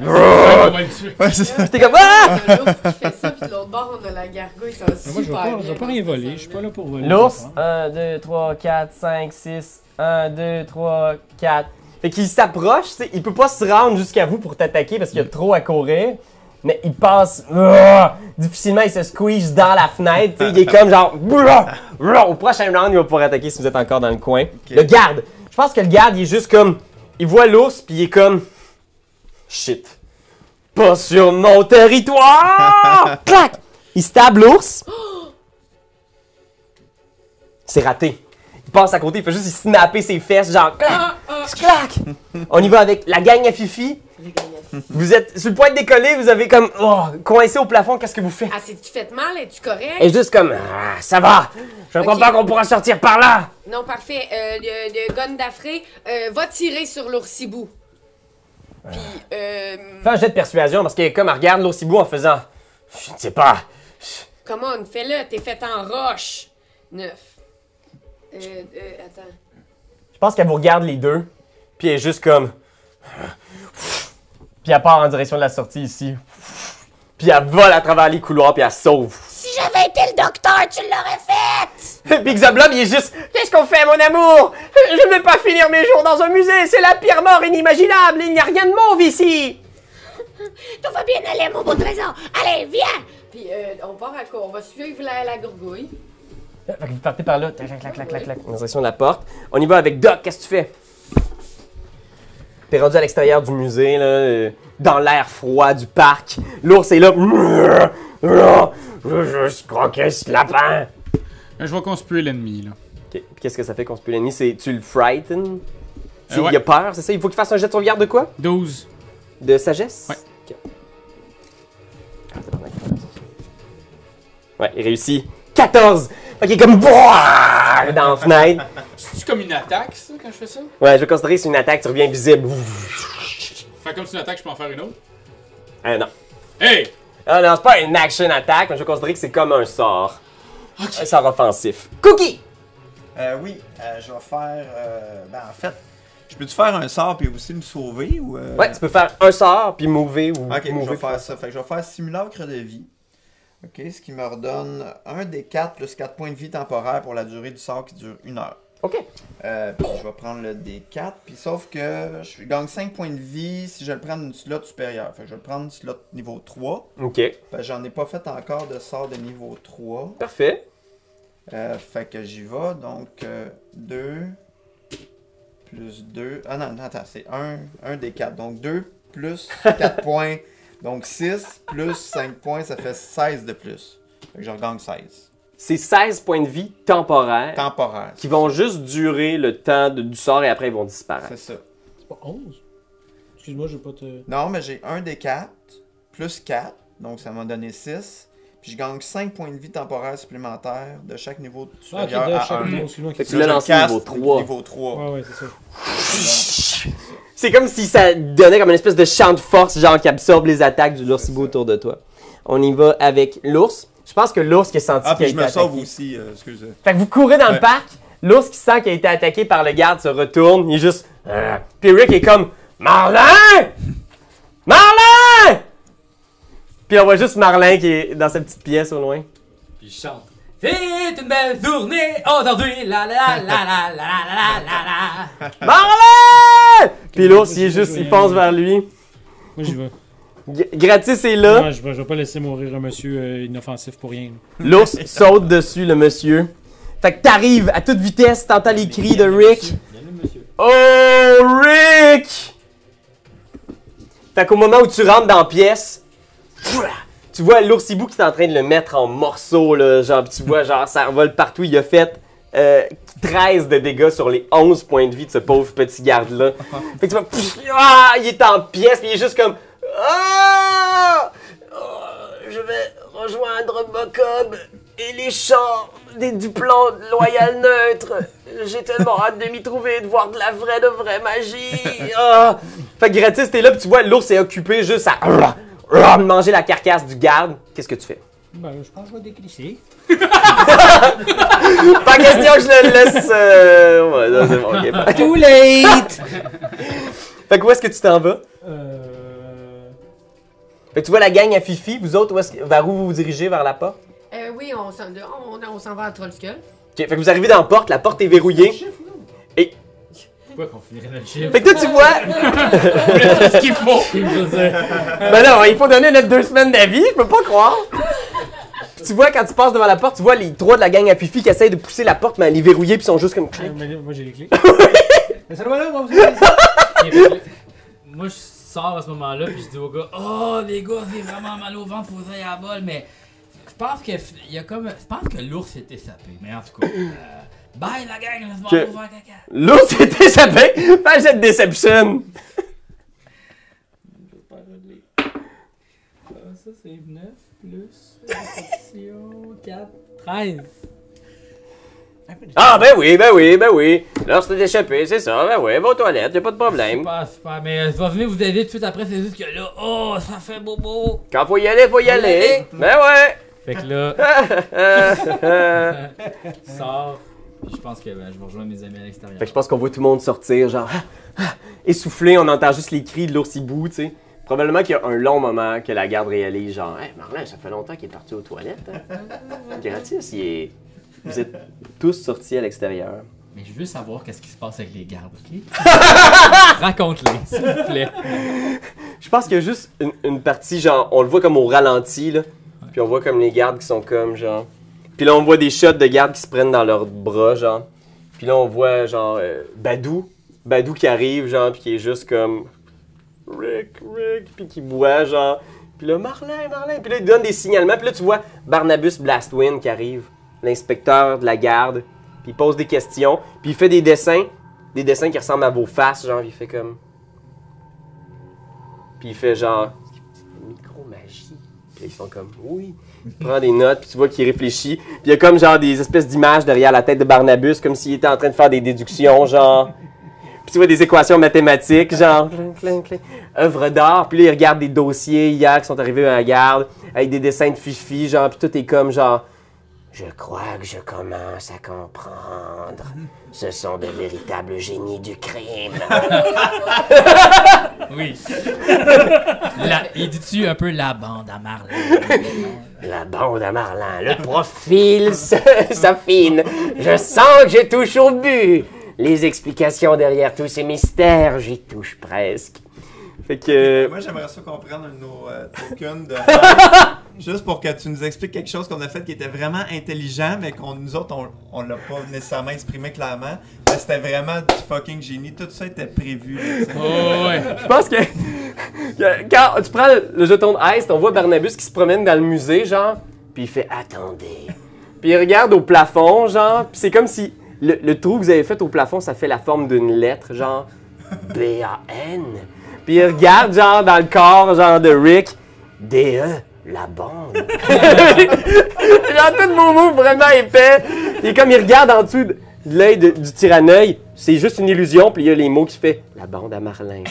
Speaker 5: Ah, on va le tuer.
Speaker 3: Ouais, c'est ça.
Speaker 1: Puis T'es comme. Ah!
Speaker 7: Il y a l'ours qui fait ça, puis de l'autre bord, on a la gargouille, ça va
Speaker 10: Mais moi, je vais
Speaker 7: super
Speaker 10: pas,
Speaker 7: bien
Speaker 10: je vais pas
Speaker 7: dans
Speaker 10: rien
Speaker 7: ce
Speaker 10: voler. Je suis
Speaker 7: sens-là.
Speaker 10: pas là pour voler.
Speaker 1: L'ours.
Speaker 10: je pense.
Speaker 1: 1, 2, 3, 4, 5, 6. 1, 2, 3, 4. Fait qu'il s'approche, tu sais, il peut pas se rendre jusqu'à vous pour t'attaquer parce qu'il y a trop à courir. Mais il passe. Ah! difficilement, il se squeeze dans la fenêtre. tu sais, Il est comme genre. Ah! Ah! Au prochain round, il va pouvoir attaquer si vous êtes encore dans le coin. Le garde. Je pense que le garde, il est juste comme. Il voit l'ours, puis il est comme. Shit. Pas sur mon territoire! Clac! Il stab l'ours. C'est raté. Il passe à côté, il fait juste il snapper ses fesses, genre clac, clac. On y va avec la gang à Fifi. Vous êtes sur le point de décoller, vous avez comme oh, coincé au plafond, qu'est-ce que vous faites?
Speaker 7: Ah, c'est-tu fait mal? Es-tu correct?
Speaker 1: Et juste comme Ah, ça va, je
Speaker 7: Ok.
Speaker 1: comprends pas qu'on pourra sortir par là.
Speaker 7: Non, parfait. Euh, le, le Gondafré euh, va tirer sur l'oursibou.
Speaker 1: Ah.
Speaker 7: Puis, euh,
Speaker 1: Fais un jet de persuasion parce que comme elle regarde l'ossibou en faisant Je ne sais pas.
Speaker 7: come on, fais-le, t'es fait en roche. Neuf. Euh, euh, attends.
Speaker 1: Je pense qu'elle vous regarde les deux, puis elle est juste comme. Puis elle part en direction de la sortie ici. Puis elle vole à travers les couloirs, puis elle sauve.
Speaker 8: Si j'avais été le docteur, tu l'aurais fait!
Speaker 1: Puis Xablon, il est juste Qu'est-ce qu'on fait, mon amour Je ne vais pas finir mes jours dans un musée, c'est la pire mort inimaginable, il n'y a rien de mauve ici
Speaker 8: Tout va bien aller, mon beau trésor! Allez, viens!
Speaker 7: Puis, euh, on part à quoi? On va suivre la, la gourgouille.
Speaker 1: Fait que vous partez par là, tac, clac, clac, clac, clac, clac, en direction de la porte. On y va avec Doc, qu'est-ce que tu fais T'es rendu à l'extérieur du musée, là, euh, dans l'air froid du parc. L'ours est là. Je veux juste croquer ce lapin.
Speaker 5: Euh, Je vais conspuer l'ennemi, là.
Speaker 1: Ok, puis Qu'est-ce que ça fait qu'on se peut l'ennemi? C'est tu le frighten? Tu-
Speaker 5: Euh, ouais.
Speaker 1: Il a peur, c'est ça? Il faut qu'il fasse un jet de sauvegarde de quoi?
Speaker 5: 12.
Speaker 1: De sagesse?
Speaker 5: Ouais.
Speaker 1: Ok. Ah, tabarnak. Ouais, il réussit. 14! Ok, comme Bouah dans la fenêtre.
Speaker 5: C'est-tu comme une attaque, ça, quand je fais ça?
Speaker 1: Ouais, je vais considérer que c'est une attaque, tu reviens visible.
Speaker 5: Fait comme c'est une attaque, je peux en faire une autre.
Speaker 1: Ah non.
Speaker 5: Hey!
Speaker 1: Ah non, c'est pas une action attaque, mais je vais considérer que c'est comme un sort. Un sort offensif. Cookie!
Speaker 3: Euh, oui, euh, je vais faire. euh, ben, en fait, je peux-tu faire un sort puis aussi me sauver ou. euh,
Speaker 1: Ouais, tu peux faire un sort puis mouver ou.
Speaker 3: Ok, je
Speaker 1: mover.
Speaker 3: vais faire ça. Fait que je vais faire simulacre de vie. Ok, ce qui me redonne un des 4 plus 4 points de vie temporaires pour la durée du sort qui dure une heure.
Speaker 1: Ok.
Speaker 3: Euh, puis je vais prendre le D4, puis sauf que je gagne 5 points de vie si je le prends d'une slot supérieure. Fait que je vais le prendre slot niveau 3.
Speaker 1: Ok,
Speaker 3: Fait que j'en ai pas fait encore de sort de niveau 3.
Speaker 1: parfait.
Speaker 3: Euh, fait que j'y vais, donc 2 plus 2. Ah non, non, attends, c'est 1, un des 4. Donc 2 plus 4 points. Donc 6 plus 5 points, ça fait 16 de plus. Fait que je regagne 16.
Speaker 1: C'est 16 points de vie temporaires.
Speaker 3: Temporaire.
Speaker 1: qui vont juste durer le temps de- du sort et après ils vont disparaître.
Speaker 3: C'est ça.
Speaker 10: C'est pas 11? Excuse-moi, je vais pas te.
Speaker 3: Non, mais j'ai un des 4 plus 4. Donc ça m'a donné 6. Puis je gagne 5 points de vie temporaire supplémentaires de chaque niveau
Speaker 10: Ah, ok,
Speaker 3: supérieur
Speaker 10: de
Speaker 3: à
Speaker 10: chaque
Speaker 3: 1.
Speaker 10: niveau, excuse-moi.
Speaker 1: Fait que tu
Speaker 3: Là,
Speaker 1: l'as
Speaker 3: je
Speaker 1: lancé
Speaker 3: casse
Speaker 1: niveau 3.
Speaker 3: Niveau 3.
Speaker 10: Ouais, ouais, c'est ça.
Speaker 1: C'est comme si ça donnait comme une espèce de champ de force, genre qui absorbe les attaques du l'oursibou autour de toi. On y va avec l'ours. Je pense que l'ours qui a senti
Speaker 3: Ah,
Speaker 1: qu'il a
Speaker 3: puis
Speaker 1: été
Speaker 3: je me sauve
Speaker 1: attaqué.
Speaker 3: aussi, euh, excusez.
Speaker 1: Fait que vous courez dans le
Speaker 3: Ouais.
Speaker 1: parc, l'ours qui sent qu'il a été attaqué par le garde se retourne, il est juste. euh, Puis Rick est comme Marlin! Marlin! Puis on voit juste Marlin qui est dans sa petite pièce au loin.
Speaker 4: Puis je chante. C'est une belle journée aujourd'hui. La la la la la la la la la.
Speaker 1: Marlin! Puis l'ours, il est
Speaker 10: Moi, je vais
Speaker 1: juste, il
Speaker 10: y aller.
Speaker 1: fonce vers lui.
Speaker 10: Moi, j'y vais.
Speaker 1: G- Gratis est là.
Speaker 10: Non, je, vais je vais pas laisser mourir un monsieur euh, inoffensif pour rien. là.
Speaker 1: L'ours saute dessus le monsieur. Fait que t'arrives à toute vitesse, t'entends les cris de Rick. Oh Rick! Fait qu'au moment où tu rentres dans la pièce, tu vois l'oursibou qui est en train de le mettre en morceaux, là, genre, pis tu vois, genre, ça revole partout, il a fait euh, 13 de dégâts sur les 11 points de vie de ce pauvre petit garde-là. Fait que tu vois, pff, ah, il est en pièces, puis il est juste comme, ah! Ah, je vais rejoindre Bocob et les champs des- du plan loyal neutre. J'ai tellement hâte de m'y trouver, de voir de la vraie, de vraie magie. Ah. Fait que gratis, t'es là, puis tu vois, l'ours est occupé juste à manger la carcasse du garde. Qu'est-ce que tu fais?
Speaker 10: Ben, je pense que je vais déclisser.
Speaker 1: Pas question que je le laisse. euh, ouais, non, c'est bon, ok, bye.
Speaker 10: Too late!
Speaker 1: Fait que où est-ce que tu t'en vas?
Speaker 10: euh.
Speaker 1: Fait que tu vois la gang à Fifi, vous autres, où est-ce que- vers où vous vous dirigez, vers la porte?
Speaker 7: Euh, oui, on s'en, on, on s'en va à Trollskull.
Speaker 1: Ok, fait que vous arrivez dans la porte, la porte est verrouillée.
Speaker 4: Pourquoi qu'on finirait le chiffre?
Speaker 1: Fait que toi, tu vois,
Speaker 5: Qu'est-ce qu'il faut?
Speaker 1: Ben non, il faut donner notre deux semaines d'avis, je peux pas croire. Puis tu vois, quand tu passes devant la porte, tu vois les trois de la gang à Fifi qui essayent de pousser la porte, mais elle est verrouillée, puis ils sont juste comme.
Speaker 10: euh, mais là, moi, j'ai les clés. Mais ça va là, on va vous aider.
Speaker 4: Moi, je sors à ce moment-là puis je dis aux gars, oh les gars, j'ai vraiment mal au ventre, faut que j'aille à la balle, mais je pense que f- il y a comme, je pense que l'ours était sapé, mais en tout cas, euh, Bye la gang, laisse-moi
Speaker 1: Que-
Speaker 4: voir caca.
Speaker 1: L'autre s'est échappé! Fais un jet de Deception!
Speaker 4: Ah, Ça, c'est 9 plus. euh, 4, 13.
Speaker 1: Ah, ben oui, ben oui, ben oui! L'autre s'est échappé, c'est ça, ben oui, va aux toilettes, y'a pas de problème.
Speaker 4: Super, super. Mais euh, je vais venir vous aider tout de suite après. C'est juste que là, oh, ça fait bobo.
Speaker 1: Quand faut y aller, faut y aller! Ben ouais!
Speaker 4: Fait que là, je sors. Puis Je pense que ben, je vais rejoindre mes amis à l'extérieur.
Speaker 1: Fait que je pense qu'on voit tout le monde sortir, genre ah, ah, essoufflé, on entend juste les cris de l'ours hibou, tu sais. Probablement qu'il y a un long moment que la garde réalise, genre, hey, Marlin, ça fait longtemps qu'il est parti aux toilettes. hein. Gratis, il est. Vous êtes tous sortis à l'extérieur.
Speaker 4: Mais je veux savoir qu'est-ce qui se passe avec les gardes, ok? Raconte-les, s'il vous plaît.
Speaker 1: Je pense qu'il y a juste une, une partie, genre, on le voit comme au ralenti, là. Puis on voit comme les gardes qui sont comme, genre. Puis là, on voit des shots de gardes qui se prennent dans leurs bras, genre. Puis là, on voit, genre, euh, Badou. Badou qui arrive, genre, puis qui est juste comme. Rick, Rick, puis qui boit, genre. Puis là, Marlin, Marlin. Puis là, il donne des signalements. Puis là, tu vois Barnabus Blastwin qui arrive, l'inspecteur de la garde. Puis il pose des questions. Puis il fait des dessins. Des dessins qui ressemblent à vos faces, genre. Il fait comme. Puis il fait genre micro-magie. Puis ils sont comme oui. Il prend des notes, puis tu vois qu'il réfléchit. Puis il y a comme genre des espèces d'images derrière la tête de Barnabus, comme s'il était en train de faire des déductions, genre. Puis tu vois des équations mathématiques, genre. clink, clink, clink. Œuvre d'art. Puis là, il regarde des dossiers hier qui sont arrivés à la garde, avec des dessins de Fifi, genre. Puis tout est comme genre. Je crois que je commence à comprendre. Ce sont de véritables génies du crime.
Speaker 4: Oui. La- il dit-tu un peu la bande à Marley?
Speaker 1: La bande à Marlin, le profil se- s'affine. Je sens que je touche au but. Les explications derrière tous ces mystères, j'y touche presque. Fait que.
Speaker 3: Moi, j'aimerais ça qu'on prenne un de nos euh, tokens de. Juste pour que tu nous expliques quelque chose qu'on a fait qui était vraiment intelligent, mais qu'on nous autres, on, on l'a pas nécessairement exprimé clairement. Mais c'était vraiment du fucking génie. Tout ça était prévu. là, tu sais.
Speaker 5: Oh, ouais.
Speaker 1: Je pense que. que Quand tu prends le jeton de Heist, on voit Barnabus qui se promène dans le musée, genre, puis il fait Attendez. Puis il regarde au plafond, genre, puis c'est comme si le, le trou que vous avez fait au plafond, ça fait la forme d'une lettre, genre B-A-N. Puis il regarde, genre, dans le corps, genre, de Rick, D-E, la bande. genre, tout mon mot vraiment épais. Et comme il regarde en dessous de l'œil de- du tyranneuil, c'est juste une illusion, puis il y a les mots qui fait la bande à Marlin.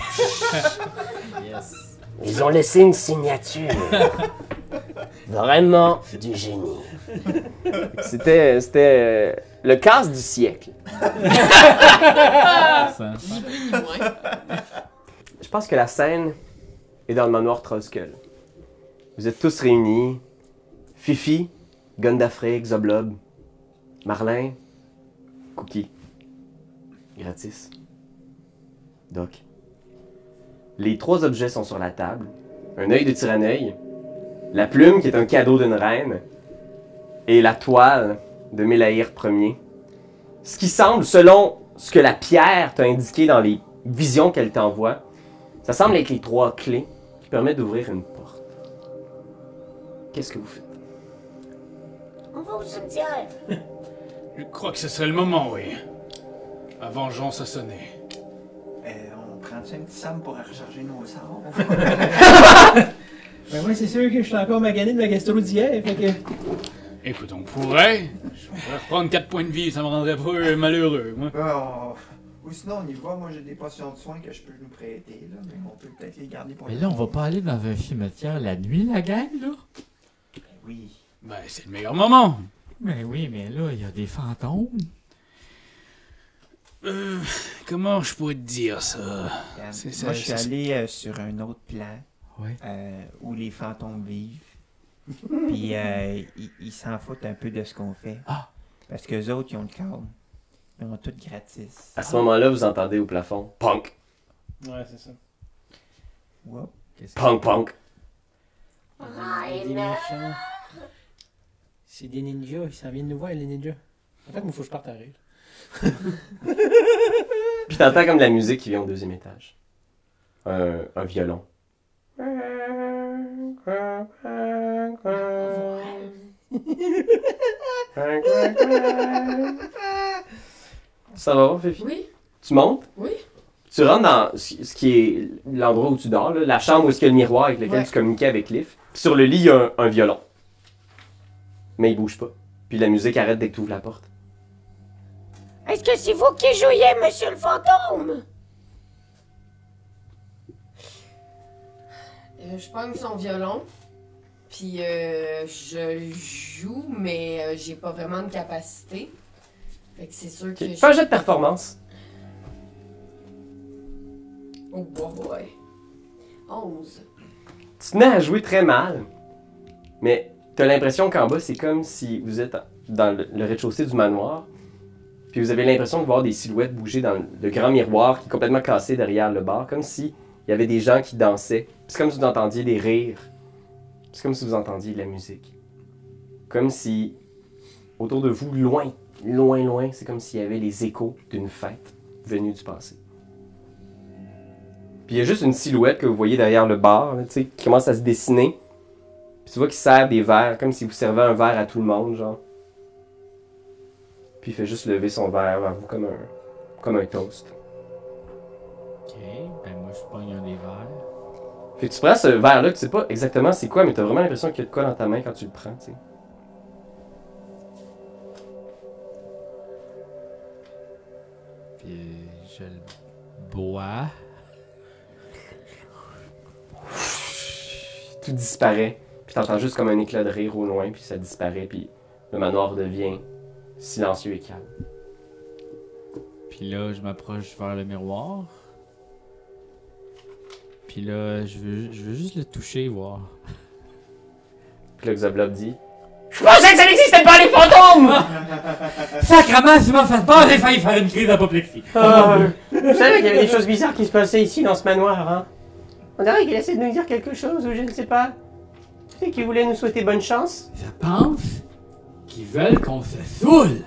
Speaker 4: Yes.
Speaker 1: Ils ont laissé une signature. Vraiment du génie. C'était, c'était euh, le casse du siècle.
Speaker 4: Ça.
Speaker 1: Je pense que la scène est dans le manoir Trollskull. Vous êtes tous réunis. Fifi, Gondafrey, Xoblob, Marlin, Cookie. Gratis. Doc. Les trois objets sont sur la table. Un œil de tyranneuil, la plume qui est un cadeau d'une reine, et la toile de Mélaïr Ier. Ce qui semble, selon ce que la pierre t'a indiqué dans les visions qu'elle t'envoie, ça semble être les trois clés qui permettent d'ouvrir une porte. Qu'est-ce que vous faites?
Speaker 8: On va au cimetière.
Speaker 5: Je crois que ce serait le moment, oui. La vengeance a sonné.
Speaker 3: Euh, on prend-tu un petit Sam pour recharger nos sorts?
Speaker 10: Ben ouais, c'est sûr que je suis encore magané de ma gastro d'hier, fait que...
Speaker 5: Écoute, on pourrait. Je pourrais reprendre 4 points de vie, ça me rendrait pas euh, malheureux, moi.
Speaker 3: Ben, on- Ou sinon, on y va. Moi, j'ai des potions de soins que je peux nous prêter, là, mais on peut peut-être les garder pour
Speaker 4: Mais
Speaker 3: le-
Speaker 4: là, on va pas aller dans un cimetière la nuit, la gang, là?
Speaker 3: Oui.
Speaker 5: Ben, c'est le meilleur moment.
Speaker 4: Mais oui, mais là, il y a des fantômes.
Speaker 5: Euh, comment je pourrais te dire ça?
Speaker 3: Euh,
Speaker 5: C'est ça,
Speaker 3: moi, je suis
Speaker 5: c'est-
Speaker 3: allé euh, sur un autre plan
Speaker 4: Ouais.
Speaker 3: euh, où les fantômes vivent. Puis euh, ils ils s'en foutent un peu de ce qu'on fait.
Speaker 4: Ah.
Speaker 3: Parce qu'eux autres, ils ont le calme. Ils ont tout gratis.
Speaker 1: À ce moment-là, vous entendez au plafond Punk,
Speaker 12: Ouais, c'est ça.
Speaker 3: Whoop.
Speaker 4: Qu'est-ce
Speaker 1: punk, punk.
Speaker 10: C'est des méchants. C'est des ninjas, ils s'en viennent nous voir, les ninjas. En fait, il faut que je parte à rire.
Speaker 1: Puis t'entends comme de la musique qui vient au deuxième étage. Un, un violon. Tu s'en vas voir, Fifi?
Speaker 7: Oui?
Speaker 1: Tu montes?
Speaker 7: Oui.
Speaker 1: Tu rentres dans ce ce qui est l'endroit où tu dors, là, la chambre où est-ce qu'il y a le miroir avec lequel
Speaker 7: Ouais.
Speaker 1: tu communiquais avec Cliff. Puis sur le lit, il y a un, un violon. Mais il bouge pas. Puis la musique arrête dès que tu ouvres la porte.
Speaker 2: Est-ce que c'est vous qui jouiez, monsieur le fantôme?
Speaker 7: Euh, je pogne son violon, puis euh, je joue, mais euh, j'ai pas vraiment de capacité. Fait que c'est sûr que
Speaker 1: Ok.
Speaker 7: je.
Speaker 1: Fais un jeu de performance.
Speaker 7: Oh boy. 11.
Speaker 1: Tu tenais à jouer très mal, mais t'as l'impression qu'en bas, c'est comme si vous êtes dans le, le rez-de-chaussée du manoir, puis vous avez l'impression de voir des silhouettes bouger dans le, le grand miroir qui est complètement cassé derrière le bar, comme si il y avait des gens qui dansaient. Puis C'est comme si vous entendiez des rires. Puis C'est comme si vous entendiez de la musique. Comme si, autour de vous, loin, loin, loin, c'est comme s'il y avait les échos d'une fête venue du passé. Puis il y a juste une silhouette que vous voyez derrière le bar, là, tu sais, qui commence à se dessiner. Puis tu vois qu'il sert des verres, comme si vous servez un verre à tout le monde, genre. Puis il fait juste lever son verre vers vous comme un, comme un toast.
Speaker 4: Ok, ben moi je pogne un des verres.
Speaker 1: Fait que tu prends ce verre-là, que tu sais pas exactement c'est quoi, mais t'as vraiment l'impression qu'il y a de quoi dans ta main quand tu le prends, tu sais.
Speaker 4: Puis euh, je le bois.
Speaker 1: Tout disparaît, puis t'entends juste comme un éclat de rire au loin, puis ça disparaît, puis le manoir devient silencieux et calme.
Speaker 4: Puis là, je m'approche vers le miroir. Puis là, je veux, je veux juste le toucher, voir.
Speaker 1: Puis le Xoblob dit Je pensais que ça n'existait pas les fantômes
Speaker 4: Sacrement, tu m'as fait peur, j'ai failli faire une crise d'apoplexie.
Speaker 1: Ah, vous savez qu'il y avait des choses bizarres qui se passaient ici dans ce manoir, hein On dirait qu'il essaie de nous dire quelque chose, ou je ne sais pas. Peut-être qu'il voulait nous souhaiter bonne chance.
Speaker 4: Je pense qu'ils veulent qu'on se saoule.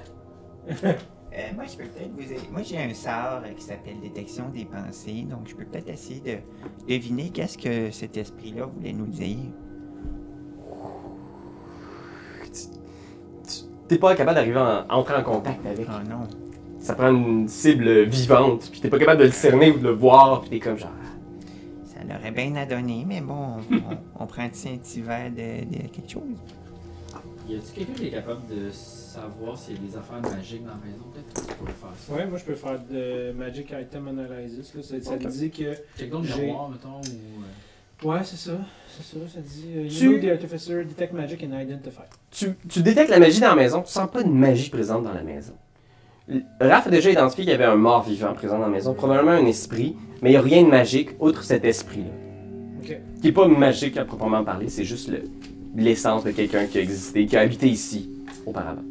Speaker 3: Euh, moi, je peux peut-être vous aider. Moi, j'ai un sort euh, qui s'appelle Détection des pensées, donc je peux peut-être essayer de deviner qu'est-ce que cet esprit-là voulait nous dire.
Speaker 1: T'es pas capable d'arriver à entrer en contact avec.
Speaker 3: Oh non.
Speaker 1: Ça prend une cible vivante, puis t'es pas capable de le cerner ou de le voir, puis t'es comme genre.
Speaker 3: Ça l'aurait bien à donner, mais bon, on, on- on prend un petit verre de, de quelque chose.
Speaker 4: Y a-t-il quelqu'un qui est capable de savoir s'il y a des affaires magiques dans la maison Peut-être que tu peux faire ça.
Speaker 10: Ouais, moi je peux faire de Magic Item Analysis. Là. Ça, ça
Speaker 1: Ok.
Speaker 10: dit que.
Speaker 4: Check donc le
Speaker 10: J'ai-
Speaker 4: miroir, mettons, ou. euh,
Speaker 10: Ouais, c'est ça. C'est ça. Ça dit. euh,
Speaker 1: Tu-
Speaker 10: you know the artificer, detect magic and identify.
Speaker 1: tu, tu détectes la magie dans la maison, tu sens pas une magie présente dans la maison. L- Raph a déjà identifié qu'il y avait un mort vivant présent dans la maison, probablement un esprit, mais il n'y a rien de magique outre cet esprit-là.
Speaker 10: Ok.
Speaker 1: Qui est pas magique à proprement parler, c'est juste le- l'essence de quelqu'un qui a existé, qui a habité ici auparavant.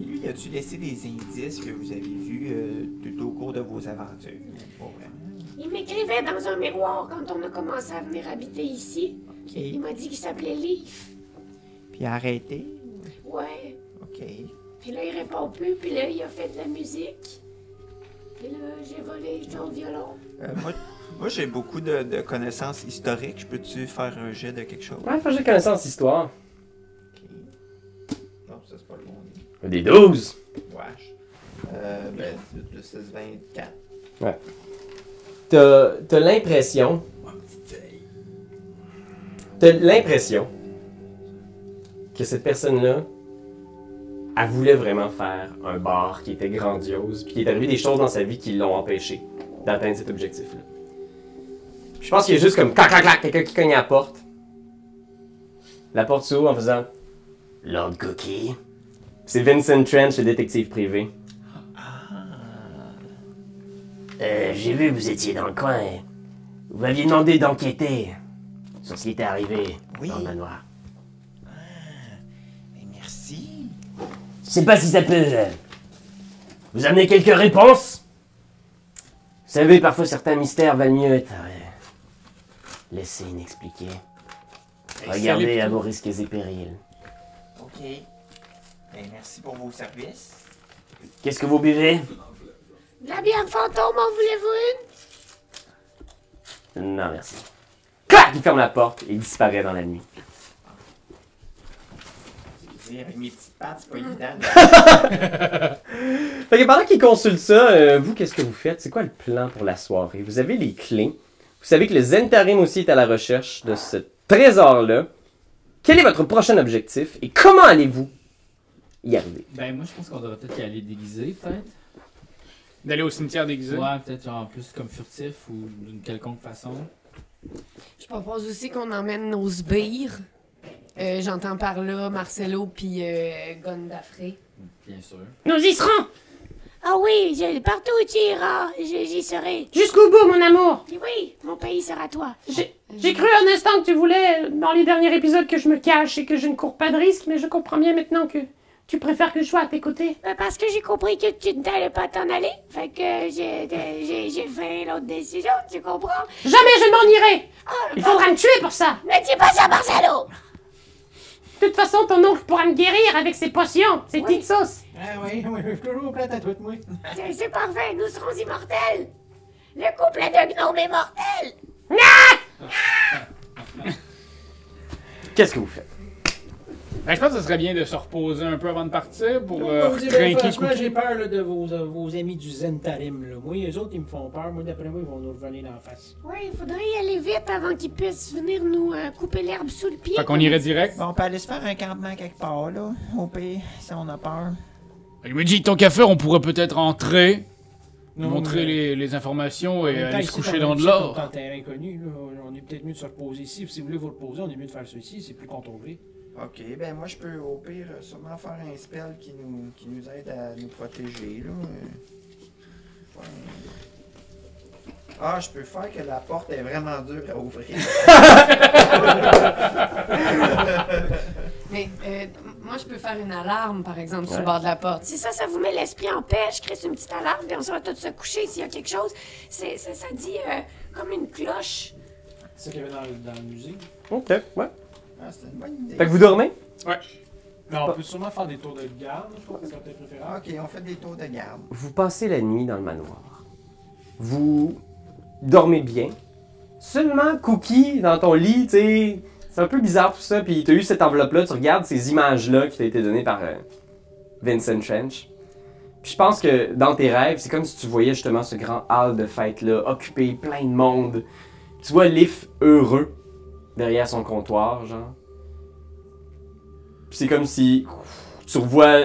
Speaker 3: Et lui, a-tu laissé des indices que vous avez vus euh, tout au cours de vos aventures? Pas vraiment.
Speaker 2: Il m'écrivait dans un miroir quand on a commencé à venir habiter ici. Il
Speaker 3: OK.
Speaker 2: m'a dit qu'il s'appelait Leaf.
Speaker 3: Puis arrêtez.
Speaker 2: Ouais.
Speaker 3: OK.
Speaker 2: Puis là, il répond plus. Puis là, il a fait de la musique. Puis là, j'ai volé ton violon.
Speaker 3: Euh, moi, moi, j'ai beaucoup de, de connaissances historiques. Je peux-tu faire un jet de quelque chose?
Speaker 1: Ouais, faut que j'ai connaissance histoire.
Speaker 3: OK. Non, ça, c'est pas le bon.
Speaker 1: Des 12!
Speaker 3: Wesh. Euh, ben, le 6, 24.
Speaker 1: T'as t'as l'impression. T'as l'impression que cette personne-là, elle voulait vraiment faire un bar qui était grandiose, puis qu'il est arrivé des choses dans sa vie qui l'ont empêché d'atteindre cet objectif-là. Je pense qu'il y a juste comme clac clac clac quelqu'un qui cogne à la porte. La porte s'ouvre en faisant Lord Cookie. C'est Vincent Trench, le détective privé. Ah. Euh, j'ai vu que vous étiez dans le coin. Vous m'aviez demandé d'enquêter sur ce qui était arrivé
Speaker 3: Oui.
Speaker 1: dans le manoir.
Speaker 3: Ben, merci.
Speaker 1: Je sais pas si ça peut euh, vous amener quelques réponses. Vous savez, parfois certains mystères valent mieux être euh, laissés inexpliqués. Regardez à vos risques et périls.
Speaker 3: OK. Ben, merci pour vos services.
Speaker 1: Qu'est-ce que vous buvez
Speaker 2: De la bière fantôme, en voulez-vous
Speaker 1: Non, merci. Clac Il ferme la porte et disparaît dans la nuit.
Speaker 3: dire, avec mes petites pattes, c'est pas
Speaker 6: Mm.
Speaker 3: évident.
Speaker 1: Fait que pendant qu'il consulte ça, euh, vous, qu'est-ce que vous faites? C'est quoi le plan pour la soirée? Vous avez les clés. Vous savez que le Zentarim aussi est à la recherche de ce trésor-là. Quel est votre prochain objectif et comment allez-vous y arriver?
Speaker 4: Ben, moi, je pense qu'on devrait peut-être y aller déguisé, peut-être.
Speaker 5: D'aller au cimetière déguisé.
Speaker 4: Ouais, peut-être genre plus comme furtif ou d'une quelconque façon.
Speaker 7: Je propose aussi qu'on emmène nos sbires. Euh, J'entends par là Marcelo puis euh, Gondafré.
Speaker 4: Bien sûr.
Speaker 2: Nous y serons
Speaker 8: Ah oui, je- partout où tu iras, je- j'y serai.
Speaker 2: Jusqu'au bout, mon amour
Speaker 8: Et oui, mon pays sera toi.
Speaker 2: J'ai j'ai cru un instant que tu voulais, euh, dans les derniers épisodes, que je me cache et que je ne cours pas de risque, mais je comprends bien maintenant que tu préfères que je sois à tes côtés.
Speaker 8: Ben, parce que j'ai compris que tu n'allais pas t'en aller. Fait que j'ai j'ai- j'ai fait l'autre décision, tu comprends?
Speaker 2: Jamais je ne m'en irai Il faudra me tuer pour ça
Speaker 8: Ne dis pas ça, Marcelo!
Speaker 2: De toute façon, ton oncle pourra me guérir avec ses potions, ses petites sauces
Speaker 6: Ah oui, oui, je suis toujours plate à toi de moi.
Speaker 8: C'est c'est parfait, nous serons immortels! Le couple de gnomes est mortel!
Speaker 1: Qu'est-ce que vous faites?
Speaker 5: Ben, je pense que ce serait bien de se reposer un peu avant de partir pour euh,
Speaker 6: Moi, vous direz,
Speaker 5: retrinquer
Speaker 6: franchement,
Speaker 5: Cookie.
Speaker 6: j'ai peur là, de vos, euh, vos amis du Zen Tarim. Là. Moi, eux autres, ils me font peur. Moi, d'après moi, ils vont nous revenir d'en face.
Speaker 8: Oui, il faudrait y aller vite avant qu'ils puissent venir nous euh, couper l'herbe sous le pied.
Speaker 5: Fait qu'on irait direct.
Speaker 3: Bon, on peut aller se faire un campement quelque part, là, au pire, si on a peur.
Speaker 5: Je me dis, tant qu'à faire, on pourrait peut-être entrer,
Speaker 6: Non,
Speaker 5: montrer
Speaker 6: mais-
Speaker 5: les, les informations
Speaker 6: En
Speaker 5: et
Speaker 6: même temps,
Speaker 5: aller se
Speaker 6: ici,
Speaker 5: coucher
Speaker 6: on-
Speaker 5: dans de
Speaker 6: ici,
Speaker 5: l'or.
Speaker 6: on est en terrain inconnu, là. On est peut-être mieux de se reposer ici. Si vous voulez vous reposer, on est mieux de faire ceci. C'est plus contrôlé.
Speaker 3: Ok, ben moi je peux au pire euh, sûrement faire un spell qui nous, qui nous aide à nous protéger là. euh. Ouais. Ah, je peux faire que la porte est vraiment dure à ouvrir.
Speaker 7: Mais euh, moi, je peux faire une alarme, par exemple, sur
Speaker 1: Ouais.
Speaker 7: le bord de la porte.
Speaker 8: Si ça, ça vous met l'esprit en paix, je crée une petite alarme, puis on sera tous se coucher s'il y a quelque chose. C'est, ça, ça dit euh, comme une cloche.
Speaker 6: C'est ça qu'il y avait dans, le- dans le musée.
Speaker 1: Ok, ouais.
Speaker 3: ah, c'est une bonne idée.
Speaker 1: Fait que vous dormez?
Speaker 5: Ouais.
Speaker 6: Mais on peut sûrement faire des tours de garde. Je pense que c'est peut-être préférable.
Speaker 3: Ok, on fait des tours de garde.
Speaker 1: Vous passez la nuit dans le manoir. Vous dormez bien. Seulement, Cookie, dans ton lit, tu sais, c'est un peu bizarre tout ça. Puis t'as eu cette enveloppe-là, tu regardes ces images-là qui t'a été données par euh, Vincent Trench. Puis je pense que dans tes rêves, c'est comme si tu voyais justement ce grand hall de fête-là, occupé, plein de monde. Tu vois Liff heureux derrière son comptoir, genre. Puis c'est comme si tu revois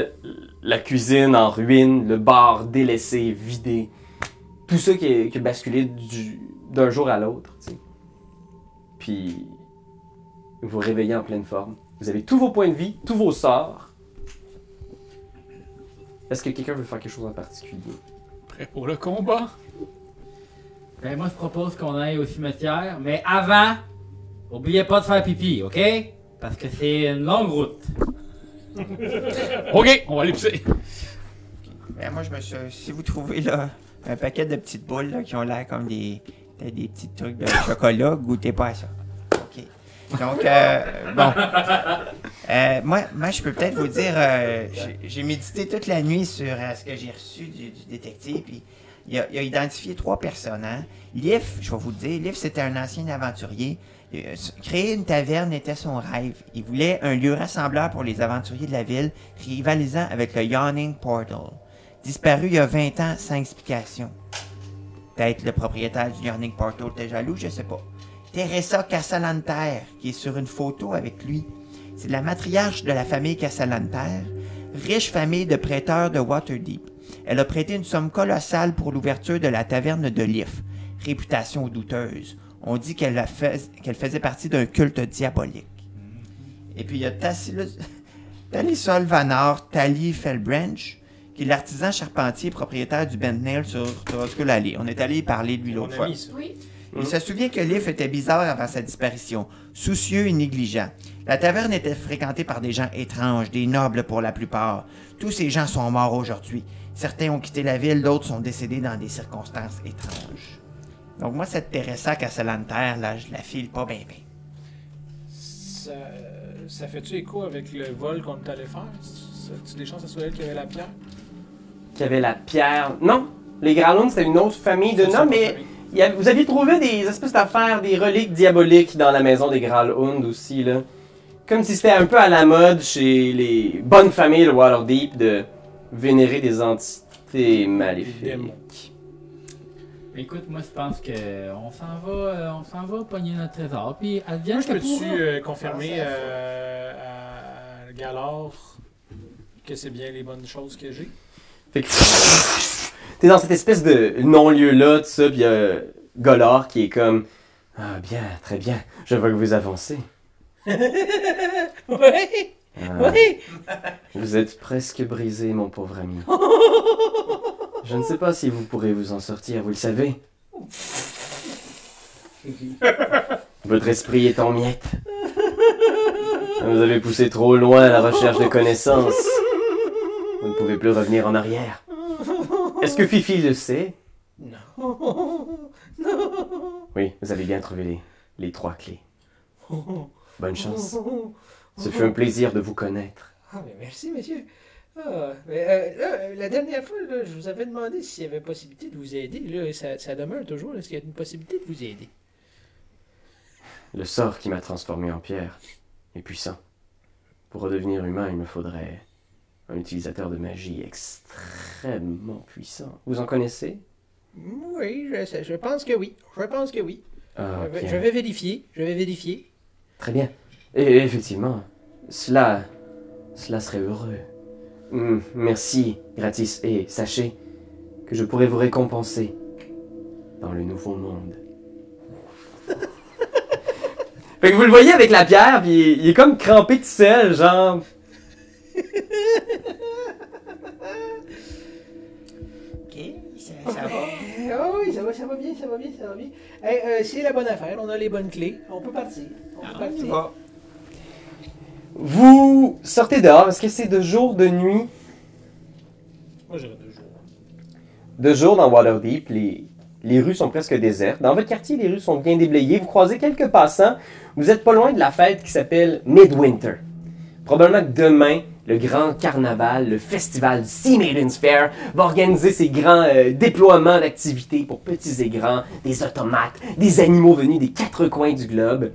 Speaker 1: la cuisine en ruine, le bar délaissé, vidé. Tout ça qui a, qui a basculé du- d'un jour à l'autre. tu sais. Puis, vous vous réveillez en pleine forme. Vous avez tous vos points de vie, tous vos sorts. Est-ce que quelqu'un veut faire quelque chose en particulier?
Speaker 5: Prêt pour le combat.
Speaker 4: Ben, moi, je propose qu'on aille au cimetière, mais avant, oubliez pas de faire pipi, ok? Parce que c'est une longue route.
Speaker 5: Ok, on va aller pisser.
Speaker 3: Ben moi je me suis. Si vous trouvez là un paquet de petites boules là, qui ont l'air comme des. peut-être des petits trucs de chocolat, goûtez pas à ça. Ok. Donc euh, bon. Euh, moi, moi, je peux peut-être vous dire, euh, j'ai- j'ai médité toute la nuit sur euh, ce que j'ai reçu du, du détective, puis il a, il a identifié trois personnes. Hein. Liff, je vais vous le dire, Liff, c'était un ancien aventurier. Euh, s- Créer une taverne était son rêve. Il voulait un lieu rassembleur pour les aventuriers de la ville, rivalisant avec le Yawning Portal. Disparu il y a 20 ans sans explication. Peut-être le propriétaire du Yawning Portal était jaloux, je sais pas. Teresa Casalanter, qui est sur une photo avec lui. C'est la matriarche de la famille Casalanter, riche famille de prêteurs de Waterdeep. Elle a prêté une somme colossale pour l'ouverture de la taverne de Liff. Réputation douteuse. On dit qu'elle a fait- qu'elle faisait partie d'un culte diabolique. Et puis il y a Tassilus... Tali Solvanor, Tali Fellbranch, qui est l'artisan charpentier propriétaire du Bentnail sur Toroscool Alley. On est allé parler de lui l'autre fois.
Speaker 7: Oui.
Speaker 3: Il se souvient que Liff était bizarre avant sa disparition, soucieux et négligent. La taverne était fréquentée par des gens étranges, des nobles pour la plupart. Tous ces gens sont morts aujourd'hui. Certains ont quitté la ville, d'autres sont décédés dans des circonstances étranges. Donc moi, cette Teresa Casalanter, là, je la file pas bien bien.
Speaker 6: Ça, ça fait-tu écho avec le vol qu'on est allé faire? Ça- Tu des chances que ce soit elle qui avait la pierre?
Speaker 1: Qui avait la pierre. Non! Les Graloons, c'était une autre famille de noms, mais il y avait- vous aviez trouvé des espèces d'affaires, des reliques diaboliques dans la maison des Graloons aussi, là. Comme si c'était un peu à la mode chez les bonnes familles de Waterdeep de vénérer des entités maléfiques.
Speaker 4: Écoute, moi je pense que on s'en va, euh, on s'en va pogner notre trésor, puis advienne
Speaker 10: Moi, je
Speaker 4: que
Speaker 10: peux-tu
Speaker 4: pourra.
Speaker 10: euh, confirmer euh, à, à Galore que c'est bien les bonnes choses que j'ai?
Speaker 1: Fait que t'es dans cette espèce de non-lieu-là, tout ça, pis y'a Golor qui est comme Ah bien, très bien, je veux que vous avancez.
Speaker 6: oui!
Speaker 1: Ah,
Speaker 6: Oui!
Speaker 1: Vous êtes presque brisé, mon pauvre ami. Je ne sais pas si vous pourrez vous en sortir, vous le savez. Votre esprit est en miettes. Vous avez poussé trop loin la recherche de connaissances. Vous ne pouvez plus revenir en arrière. Est-ce que Fifi le sait
Speaker 6: Non! Non!
Speaker 1: Oui, vous avez bien trouvé les, les trois clés. Bonne chance. Ce fut un plaisir de vous connaître.
Speaker 6: Ah, mais merci, monsieur. Ah, mais, euh, là, la dernière fois, là, je vous avais demandé s'il y avait possibilité de vous aider. Là, ça, ça demeure toujours. Est-ce qu'il y a une possibilité de vous aider?
Speaker 1: Le sort qui m'a transformé en pierre est puissant. Pour redevenir humain, il me faudrait un utilisateur de magie extrêmement puissant. Vous en connaissez
Speaker 6: Oui, je, sais- je pense que oui. Je pense que oui.
Speaker 1: Ah,
Speaker 10: Eh ben,
Speaker 6: je, vais,
Speaker 1: bien.
Speaker 6: je vais vérifier. Je vais vérifier.
Speaker 1: Très bien. Et effectivement, cela, cela serait heureux. Hmm, merci, Gratis. Et sachez que je pourrai vous récompenser dans le nouveau monde.
Speaker 13: Fait que vous le voyez avec la pierre, puis il est comme crampé tout seul, genre.
Speaker 3: Ok, ça, ça va.
Speaker 6: Eh, Ah oui, ça va, ça va bien, ça va bien, ça va bien. Eh, euh, c'est la bonne affaire. On a les bonnes clés. On peut partir. On
Speaker 3: Ah,
Speaker 6: peut partir.
Speaker 1: Vous sortez dehors. Est-ce que c'est de jour, de nuit
Speaker 10: Moi, j'aurais deux jours.
Speaker 1: De jour dans Waterdeep, les, les rues sont presque désertes. Dans votre quartier, les rues sont bien déblayées. Vous croisez quelques passants. Vous êtes pas loin de la fête qui s'appelle Midwinter. Probablement que demain, le grand carnaval, le festival Sea Maidens Fair, va organiser ses grands euh, déploiements d'activités pour petits et grands, des automates, des animaux venus des quatre coins du globe.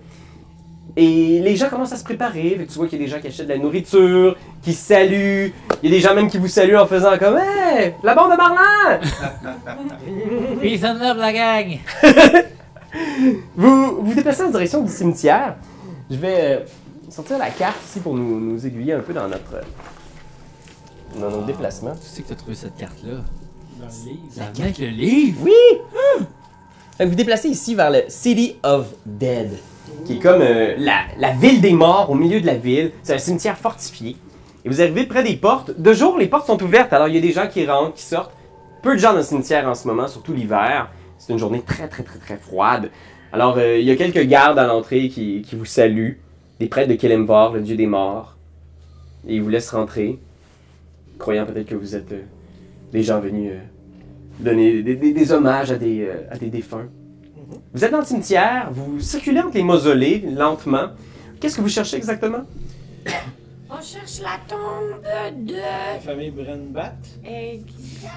Speaker 1: Et les gens commencent à se préparer. Fait que tu vois qu'il y a des gens qui achètent de la nourriture, qui se saluent. Il y a des gens même qui vous saluent en faisant comme Hey, la bande de Marlin!
Speaker 4: Peace and love, la gang!
Speaker 1: vous vous déplacez en direction du cimetière. Je vais euh, sortir la carte ici pour nous, nous aiguiller un peu dans notre, euh, dans nos déplacements.
Speaker 4: Tu sais que t'as trouvé cette carte-là.
Speaker 10: Dans le livre.
Speaker 4: Ça vient avec le livre!
Speaker 1: Oui! Fait que vous déplacez ici vers le City of Dead, qui est comme euh, la, la ville des morts au milieu de la ville. C'est un cimetière fortifié. Et vous arrivez près des portes. De jour, les portes sont ouvertes, alors il y a des gens qui rentrent, qui sortent. Peu de gens dans le cimetière en ce moment, surtout l'hiver. C'est une journée très, très, très, très froide. Alors, euh, il y a quelques gardes à l'entrée qui, qui vous saluent. Des prêtres de Kelemvar, le dieu des morts. Et ils vous laissent rentrer, croyant peut-être que vous êtes euh, des gens venus euh, donner des, des- des hommages à des, euh, à des défunts. Vous êtes dans le cimetière, vous circulez entre les mausolées lentement. Qu'est-ce que vous cherchez exactement
Speaker 8: On cherche la tombe
Speaker 6: La
Speaker 8: de.
Speaker 6: famille Brenbat.
Speaker 8: Exact.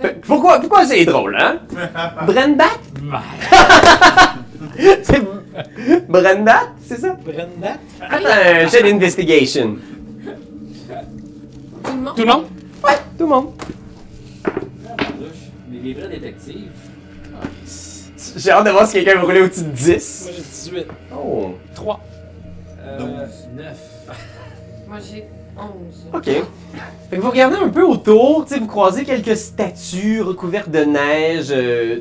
Speaker 1: Fait- Pourquoi, pourquoi c'est drôle, hein Brendat C'est Brendat, c'est ça
Speaker 6: Brenbat.
Speaker 1: Faites un jet d'investigation.
Speaker 7: Tout le monde.
Speaker 1: le monde Ouais, tout le monde.
Speaker 4: Mais les vrais détectives.
Speaker 1: J'ai hâte de voir si quelqu'un va rouler au-dessus de 10.
Speaker 6: Moi, j'ai 18.
Speaker 1: Oh,
Speaker 10: 3.
Speaker 6: Euh,
Speaker 4: 9.
Speaker 7: Moi, j'ai 11.
Speaker 1: ok. Fait que vous regardez un peu autour, tu sais, vous croisez quelques statues recouvertes de neige. euh,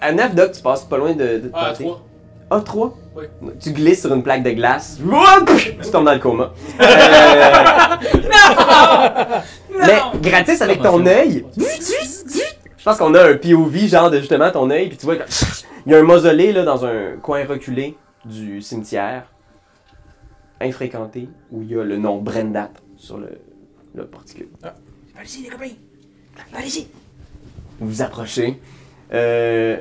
Speaker 1: à Navdoc, tu passes pas loin de, de te
Speaker 5: Ah,
Speaker 1: planter.
Speaker 5: trois.
Speaker 1: A3?
Speaker 5: Oui.
Speaker 1: Tu glisses sur une plaque de glace. Wouah! Tu tombes dans le coma. Euh, Mais gratis avec ton œil. Je pense qu'on a un POV genre de justement ton œil puis tu vois comme- il y a un mausolée là dans un coin reculé du cimetière infréquenté où il y a le nom Brendat sur le, le porticule.
Speaker 6: Par ici, les copains. Par ici.
Speaker 1: Vous vous approchez. Euh,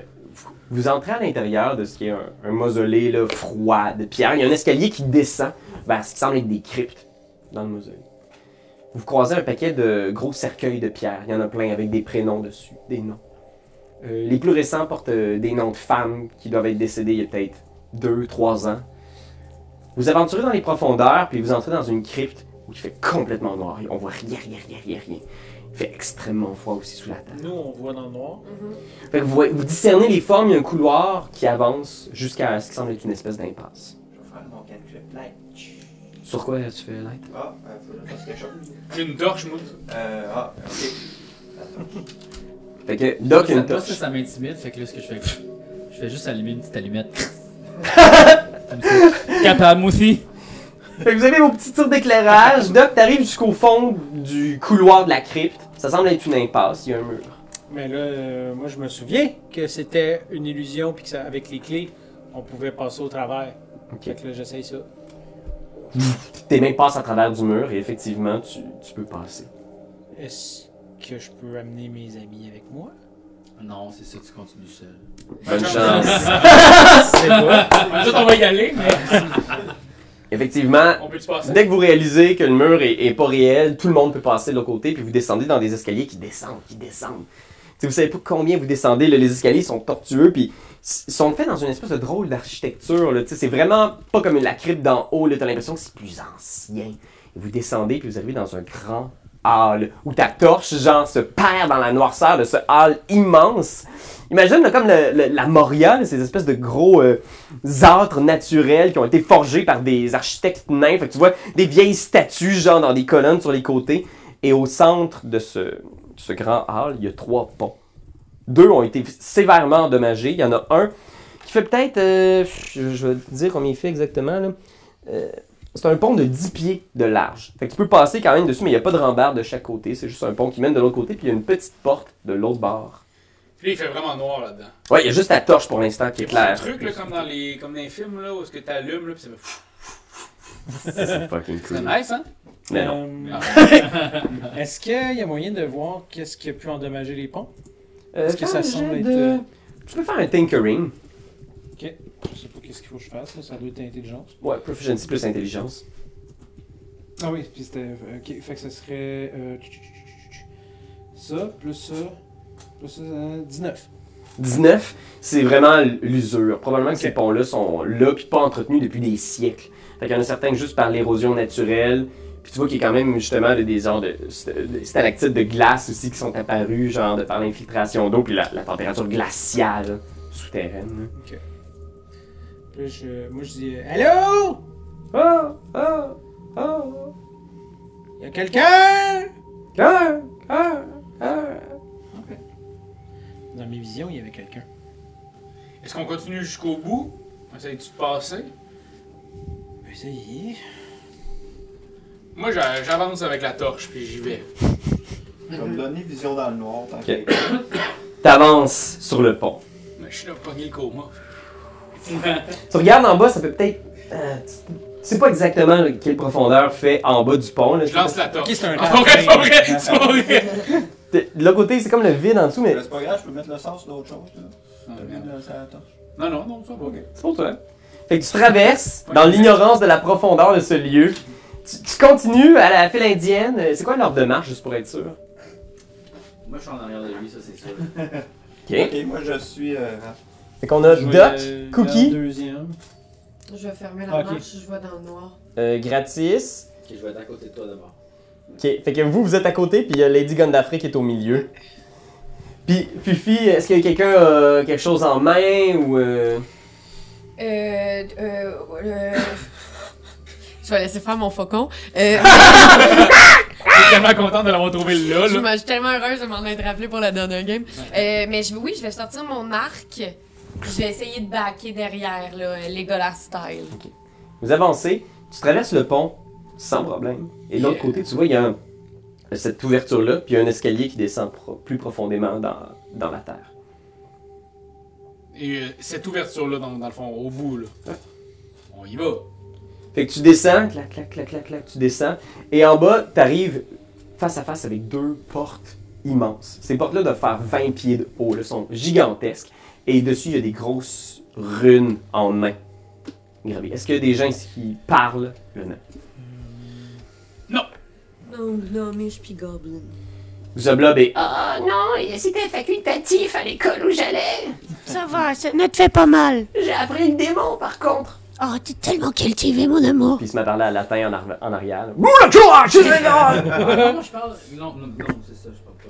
Speaker 1: vous entrez à l'intérieur de ce qui est un, un mausolée là, froid de pierre. Il y a un escalier qui descend vers ce qui semble être des cryptes dans le mausolée. Vous croisez un paquet de gros cercueils de pierre. Il y en a plein avec des prénoms dessus, des noms. Euh, les plus récents portent euh, des noms de femmes qui doivent être décédées il y a peut-être 2-3 ans. Vous aventurez dans les profondeurs, puis vous entrez dans une crypte où il fait complètement noir. On voit rien, rien, rien, rien, rien. Il fait extrêmement froid aussi sous la terre.
Speaker 10: Nous, on voit dans le noir.
Speaker 1: Fait que vous, voyez- vous discernez les formes, il y a un couloir qui avance jusqu'à ce qui semble être une espèce d'impasse.
Speaker 3: Je vais faire mon cantrip light.
Speaker 1: Sur quoi tu fais light?
Speaker 3: Ah, euh, faut que je fasse quelque chose.
Speaker 5: J'ai une torche, moi.
Speaker 3: Euh, ah, ok.
Speaker 1: Fait que Doc a
Speaker 4: Ça-
Speaker 1: une
Speaker 4: moi,
Speaker 1: torche.
Speaker 4: Ça, ça m'intimide, fait que là, ce que je fais, je fais juste allumer une petite allumette. Capable, moi aussi.
Speaker 1: Fait que vous avez vos petits tirs d'éclairage. Doc, t'arrives jusqu'au fond du couloir de la crypte. Ça semble être une impasse, il y a un mur.
Speaker 10: Mais là, euh, moi, je me souviens que c'était une illusion, puis que ça, avec les clés, on pouvait passer au travers.
Speaker 1: Ok.
Speaker 10: Fait que là, j'essaye ça.
Speaker 1: Tes mains passent à travers du mur et effectivement, tu, tu peux passer.
Speaker 10: Est-ce que je peux amener mes amis avec moi?
Speaker 4: Non, c'est ça, tu continues seul.
Speaker 1: Bonne chance.
Speaker 10: C'est quoi?
Speaker 4: Ah,
Speaker 5: Nous autres, on va y aller, mais.
Speaker 1: Effectivement,
Speaker 5: On peut-tu passer?
Speaker 1: dès que vous réalisez que le mur est, est pas réel, tout le monde peut passer de l'autre côté, puis vous descendez dans des escaliers qui descendent, qui descendent. Tu sais, vous savez pas combien vous descendez, là, les escaliers sont tortueux, puis s- ils sont faits dans une espèce de drôle d'architecture. là, tu sais, C'est vraiment pas comme la crypte d'en haut, là, t'as l'impression que c'est plus ancien. Et vous descendez, puis vous arrivez dans un grand hall, où ta torche, genre, se perd dans la noirceur de ce hall immense. Imagine là, comme le- le- la Moria, là, ces espèces de gros euh, âtres naturels qui ont été forgés par des architectes nains. Fait que tu vois des vieilles statues, genre dans des colonnes sur les côtés. Et au centre de ce, de ce grand hall, il y a trois ponts. Deux ont été sévèrement endommagés. Il y en a un qui fait peut-être, euh, je, je vais te dire combien il fait exactement. là. Euh, c'est un pont de 10 pieds de large. Fait que tu peux passer quand même dessus, mais il n'y a pas de rambarde de chaque côté. C'est juste un pont qui mène de l'autre côté, puis il y a une petite porte de l'autre bord.
Speaker 5: Puis là, il fait vraiment noir là-dedans.
Speaker 1: Ouais, il y a juste la torche pour l'instant qui est
Speaker 5: C'est un
Speaker 1: claire.
Speaker 5: truc, là, comme dans les, comme dans les films, là, où est-ce que t'allumes, là, pis ça fait. pfff.
Speaker 1: C'est fucking
Speaker 5: C'est
Speaker 1: cool.
Speaker 5: nice, hein?
Speaker 1: Mais non.
Speaker 10: Euh, Est-ce qu'il y a moyen de voir qu'est-ce qui a pu endommager les ponts?
Speaker 1: Euh,
Speaker 10: Est-ce que
Speaker 1: fais
Speaker 10: ça
Speaker 1: un
Speaker 10: semble
Speaker 1: jet
Speaker 10: être,
Speaker 1: de-
Speaker 10: euh,
Speaker 1: Tu peux faire un tinkering.
Speaker 10: Je sais pas qu'est-ce qu'il faut que je fasse, là, ça doit être intelligence.
Speaker 1: Ouais, proficiency plus intelligence.
Speaker 10: Ah oui, puis c'était. Ok, fait que ça serait. euh, tch, tch, tch, tch, tch. Ça, plus ça, plus ça, euh, 19.
Speaker 1: 19, c'est vraiment l'usure. Probablement que
Speaker 10: Ok.
Speaker 1: ces ponts-là sont là puis pas entretenus depuis des siècles. Fait qu'il y en a certains que juste par l'érosion naturelle. Puis tu vois qu'il y a quand même justement là, des genres de, de stalactites de glace aussi qui sont apparues, genre de par l'infiltration d'eau puis la, la température glaciale souterraine.
Speaker 10: Puis là, je, moi, je dis euh, Allô
Speaker 1: Ah! Ah! Ah!
Speaker 10: Y a quelqu'un
Speaker 1: Ah! Ah! Ah!
Speaker 10: Dans mes visions, il y avait quelqu'un.
Speaker 5: Est-ce qu'on continue jusqu'au bout? On essaye de se passer?
Speaker 10: Ben, ça y est.
Speaker 5: Moi, j'a- j'avance avec la torche, puis j'y vais.
Speaker 3: Je vais me donner vision dans le noir. tant
Speaker 1: Ok.
Speaker 3: que-
Speaker 1: T'avances sur le pont.
Speaker 5: Mais je suis là, pogné le coma.
Speaker 1: Tu regardes en bas, ça fait peut-être. euh, tu- tu sais pas exactement quelle profondeur fait en bas du pont. Là,
Speaker 5: Je lance la torche.
Speaker 10: Ok, c'est un
Speaker 5: Ah, c'est pas vrai, c'est pas vrai!
Speaker 1: De l'autre côté, c'est comme le vide en dessous, mais
Speaker 3: Mais C'est pas grave, je peux mettre le sens d'autre chose. là. T'as vu de lancer la torche.
Speaker 5: Non, non, non, ça va.
Speaker 1: c'est pour toi. Fait que tu traverses dans l'ignorance de la profondeur de ce lieu. Tu, tu continues à la file indienne. Euh, C'est quoi leur démarche, juste pour être sûr?
Speaker 4: Moi, je suis en arrière de lui, ça, c'est sûr.
Speaker 1: Ok.
Speaker 3: Ok, moi je suis. euh,
Speaker 1: Fait qu'on a
Speaker 10: Je vais
Speaker 1: Doc,
Speaker 10: le-
Speaker 1: Cookie.
Speaker 10: le Deuxième.
Speaker 7: Je vais fermer la
Speaker 10: Ok.
Speaker 7: marche, je vais dans le noir.
Speaker 1: euh, Gratis.
Speaker 4: Ok, je vais être à côté de toi d'abord.
Speaker 1: Ok. Fait que vous, vous êtes à côté, puis il y a Lady Gondafrey qui est au milieu. Puis, Fifi, est-ce que quelqu'un a quelque chose en main ou. euh,
Speaker 7: Euh, euh, euh, je vais laisser faire mon faucon. Euh,
Speaker 5: Je suis tellement content de l'avoir trouvé là,
Speaker 7: je
Speaker 5: là.
Speaker 7: m'en- je suis tellement heureuse de m'en être rappelée pour la dernière game. Euh, mais je, oui, je vais sortir mon arc. Je vais essayer de backer derrière, là, Legolas style.
Speaker 1: Vous avancez, tu traverses le pont sans problème. Et de l'autre côté, tu vois, il y a un- cette ouverture-là, puis il y a un escalier qui descend pro- plus profondément dans, dans la terre.
Speaker 5: Et euh, cette ouverture-là, dans, dans le fond, au bout, là. On y va.
Speaker 1: Fait que tu descends, clac, clac, clac, clac, clac, tu descends. Et en bas, tu arrives face à face avec deux portes immenses. Ces portes-là doivent faire 20 pieds de haut, elles sont gigantesques. Et dessus, il y a des grosses runes en main. gravées. Est-ce qu'il y a des gens ici qui parlent le nain?
Speaker 8: Non, non, mais je suis goblin.
Speaker 1: Zoblob est
Speaker 8: Ah non, c'était facultatif à l'école où j'allais.
Speaker 2: Ça va, ça ne te fait pas mal.
Speaker 8: J'ai appris le démon, par contre. Oh, t'es tellement cultivé, mon amour.
Speaker 1: Puis il se met à parler à latin en, arri- en arrière. là.
Speaker 4: Comment je parle Ah, Non, non, non, c'est ça, je parle pas.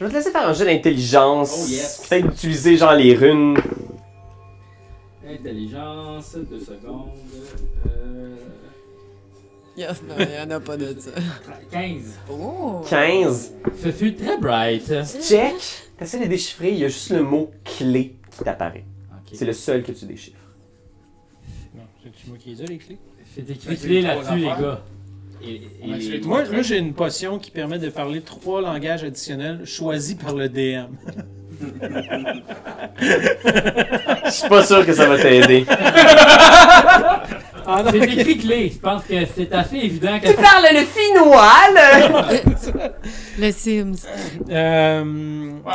Speaker 1: Je vais te laisser faire un jeu d'intelligence.
Speaker 4: Oh, yes.
Speaker 1: Peut-être d'utiliser genre les runes.
Speaker 4: Intelligence, deux secondes. Euh,
Speaker 14: Il y en a- il y en a pas de ça.
Speaker 4: 15.
Speaker 14: Oh!
Speaker 1: 15.
Speaker 4: Ce fut très bright.
Speaker 1: Tu check, t'essaies de déchiffrer, il y a juste le mot clé qui t'apparaît. C'est le seul que tu déchiffres.
Speaker 10: Non, c'est-tu moi qui les ai, les clés?
Speaker 4: C'est écrit clé là-dessus, les gars. Et- et-
Speaker 10: Ouais,
Speaker 4: et-
Speaker 10: c'est les trois Moi, moi, j'ai une potion qui permet de parler trois langages additionnels choisis par le DM.
Speaker 1: Je suis pas sûr que ça va t'aider.
Speaker 10: Ah non,
Speaker 4: C'est
Speaker 10: ok.
Speaker 4: écrit clé. Je pense que c'est assez évident que.
Speaker 1: parles le finnois,
Speaker 14: Le Sims.
Speaker 10: Euh,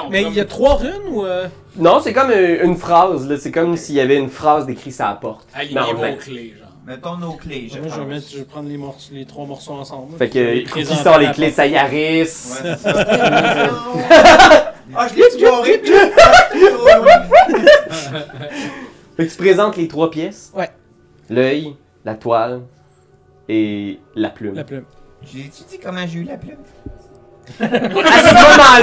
Speaker 10: mais il y a trois runes ou. euh,
Speaker 1: Non, c'est comme euh, une phrase, là. C'est comme s'il y avait une phrase décrite sur la porte.
Speaker 5: Aligner
Speaker 1: Non,
Speaker 5: vos
Speaker 1: ben,
Speaker 5: clés, genre.
Speaker 3: Mettons nos clés, je
Speaker 10: moi, je vais,
Speaker 3: pense.
Speaker 10: mettre, je vais prendre les, morceaux, les trois morceaux ensemble.
Speaker 1: Fait que,
Speaker 10: Puis
Speaker 1: qui
Speaker 10: les
Speaker 1: sort les
Speaker 10: présenter
Speaker 1: clés,
Speaker 10: à
Speaker 1: ça y arrive.
Speaker 3: Ouais, c'est
Speaker 10: Ah,
Speaker 3: ça. Ah, je l'ai Oh, barré, puis
Speaker 1: Fait que tu présentes les trois pièces.
Speaker 10: Ouais.
Speaker 1: L'œil, la toile et la plume.
Speaker 10: La plume.
Speaker 3: J'ai-tu dit comment j'ai eu la plume?
Speaker 1: À ce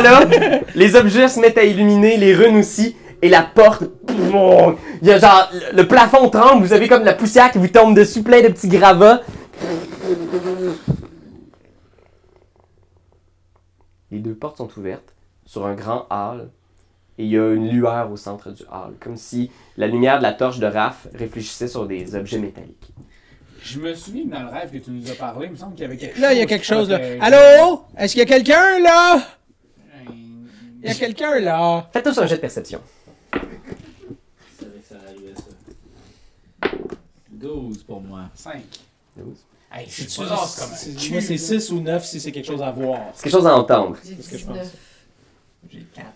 Speaker 1: moment-là, les objets se mettent à illuminer, les runes aussi, et la porte. pfff, Il y a genre. Le, le plafond tremble, vous avez comme de la poussière qui vous tombe dessus, plein de petits gravats. Les deux portes sont ouvertes sur un grand hall, et il y a une lueur au centre du hall, comme si la lumière de la torche de Raph réfléchissait sur des objets métalliques.
Speaker 5: Je me souviens que dans le rêve que tu nous as parlé, il me semble qu'il y avait quelque chose.
Speaker 6: Là, il y a quelque chose là.
Speaker 5: avec-
Speaker 6: Allô? Est-ce qu'il y a quelqu'un là? Il y a quelqu'un là.
Speaker 1: Faites tous un jet de perception.
Speaker 4: Je savais que ça arrivait, ça. 12 pour moi.
Speaker 5: 5.
Speaker 1: Douze.
Speaker 5: Hey, je
Speaker 10: C'est
Speaker 5: suis bizarre comme un
Speaker 10: c'est-
Speaker 5: cul.
Speaker 10: moi, c'est 6 ou 9 si c'est quelque chose à voir.
Speaker 1: C'est quelque chose à entendre.
Speaker 7: J'ai
Speaker 10: ce que je
Speaker 7: 19.
Speaker 3: J'ai quatre.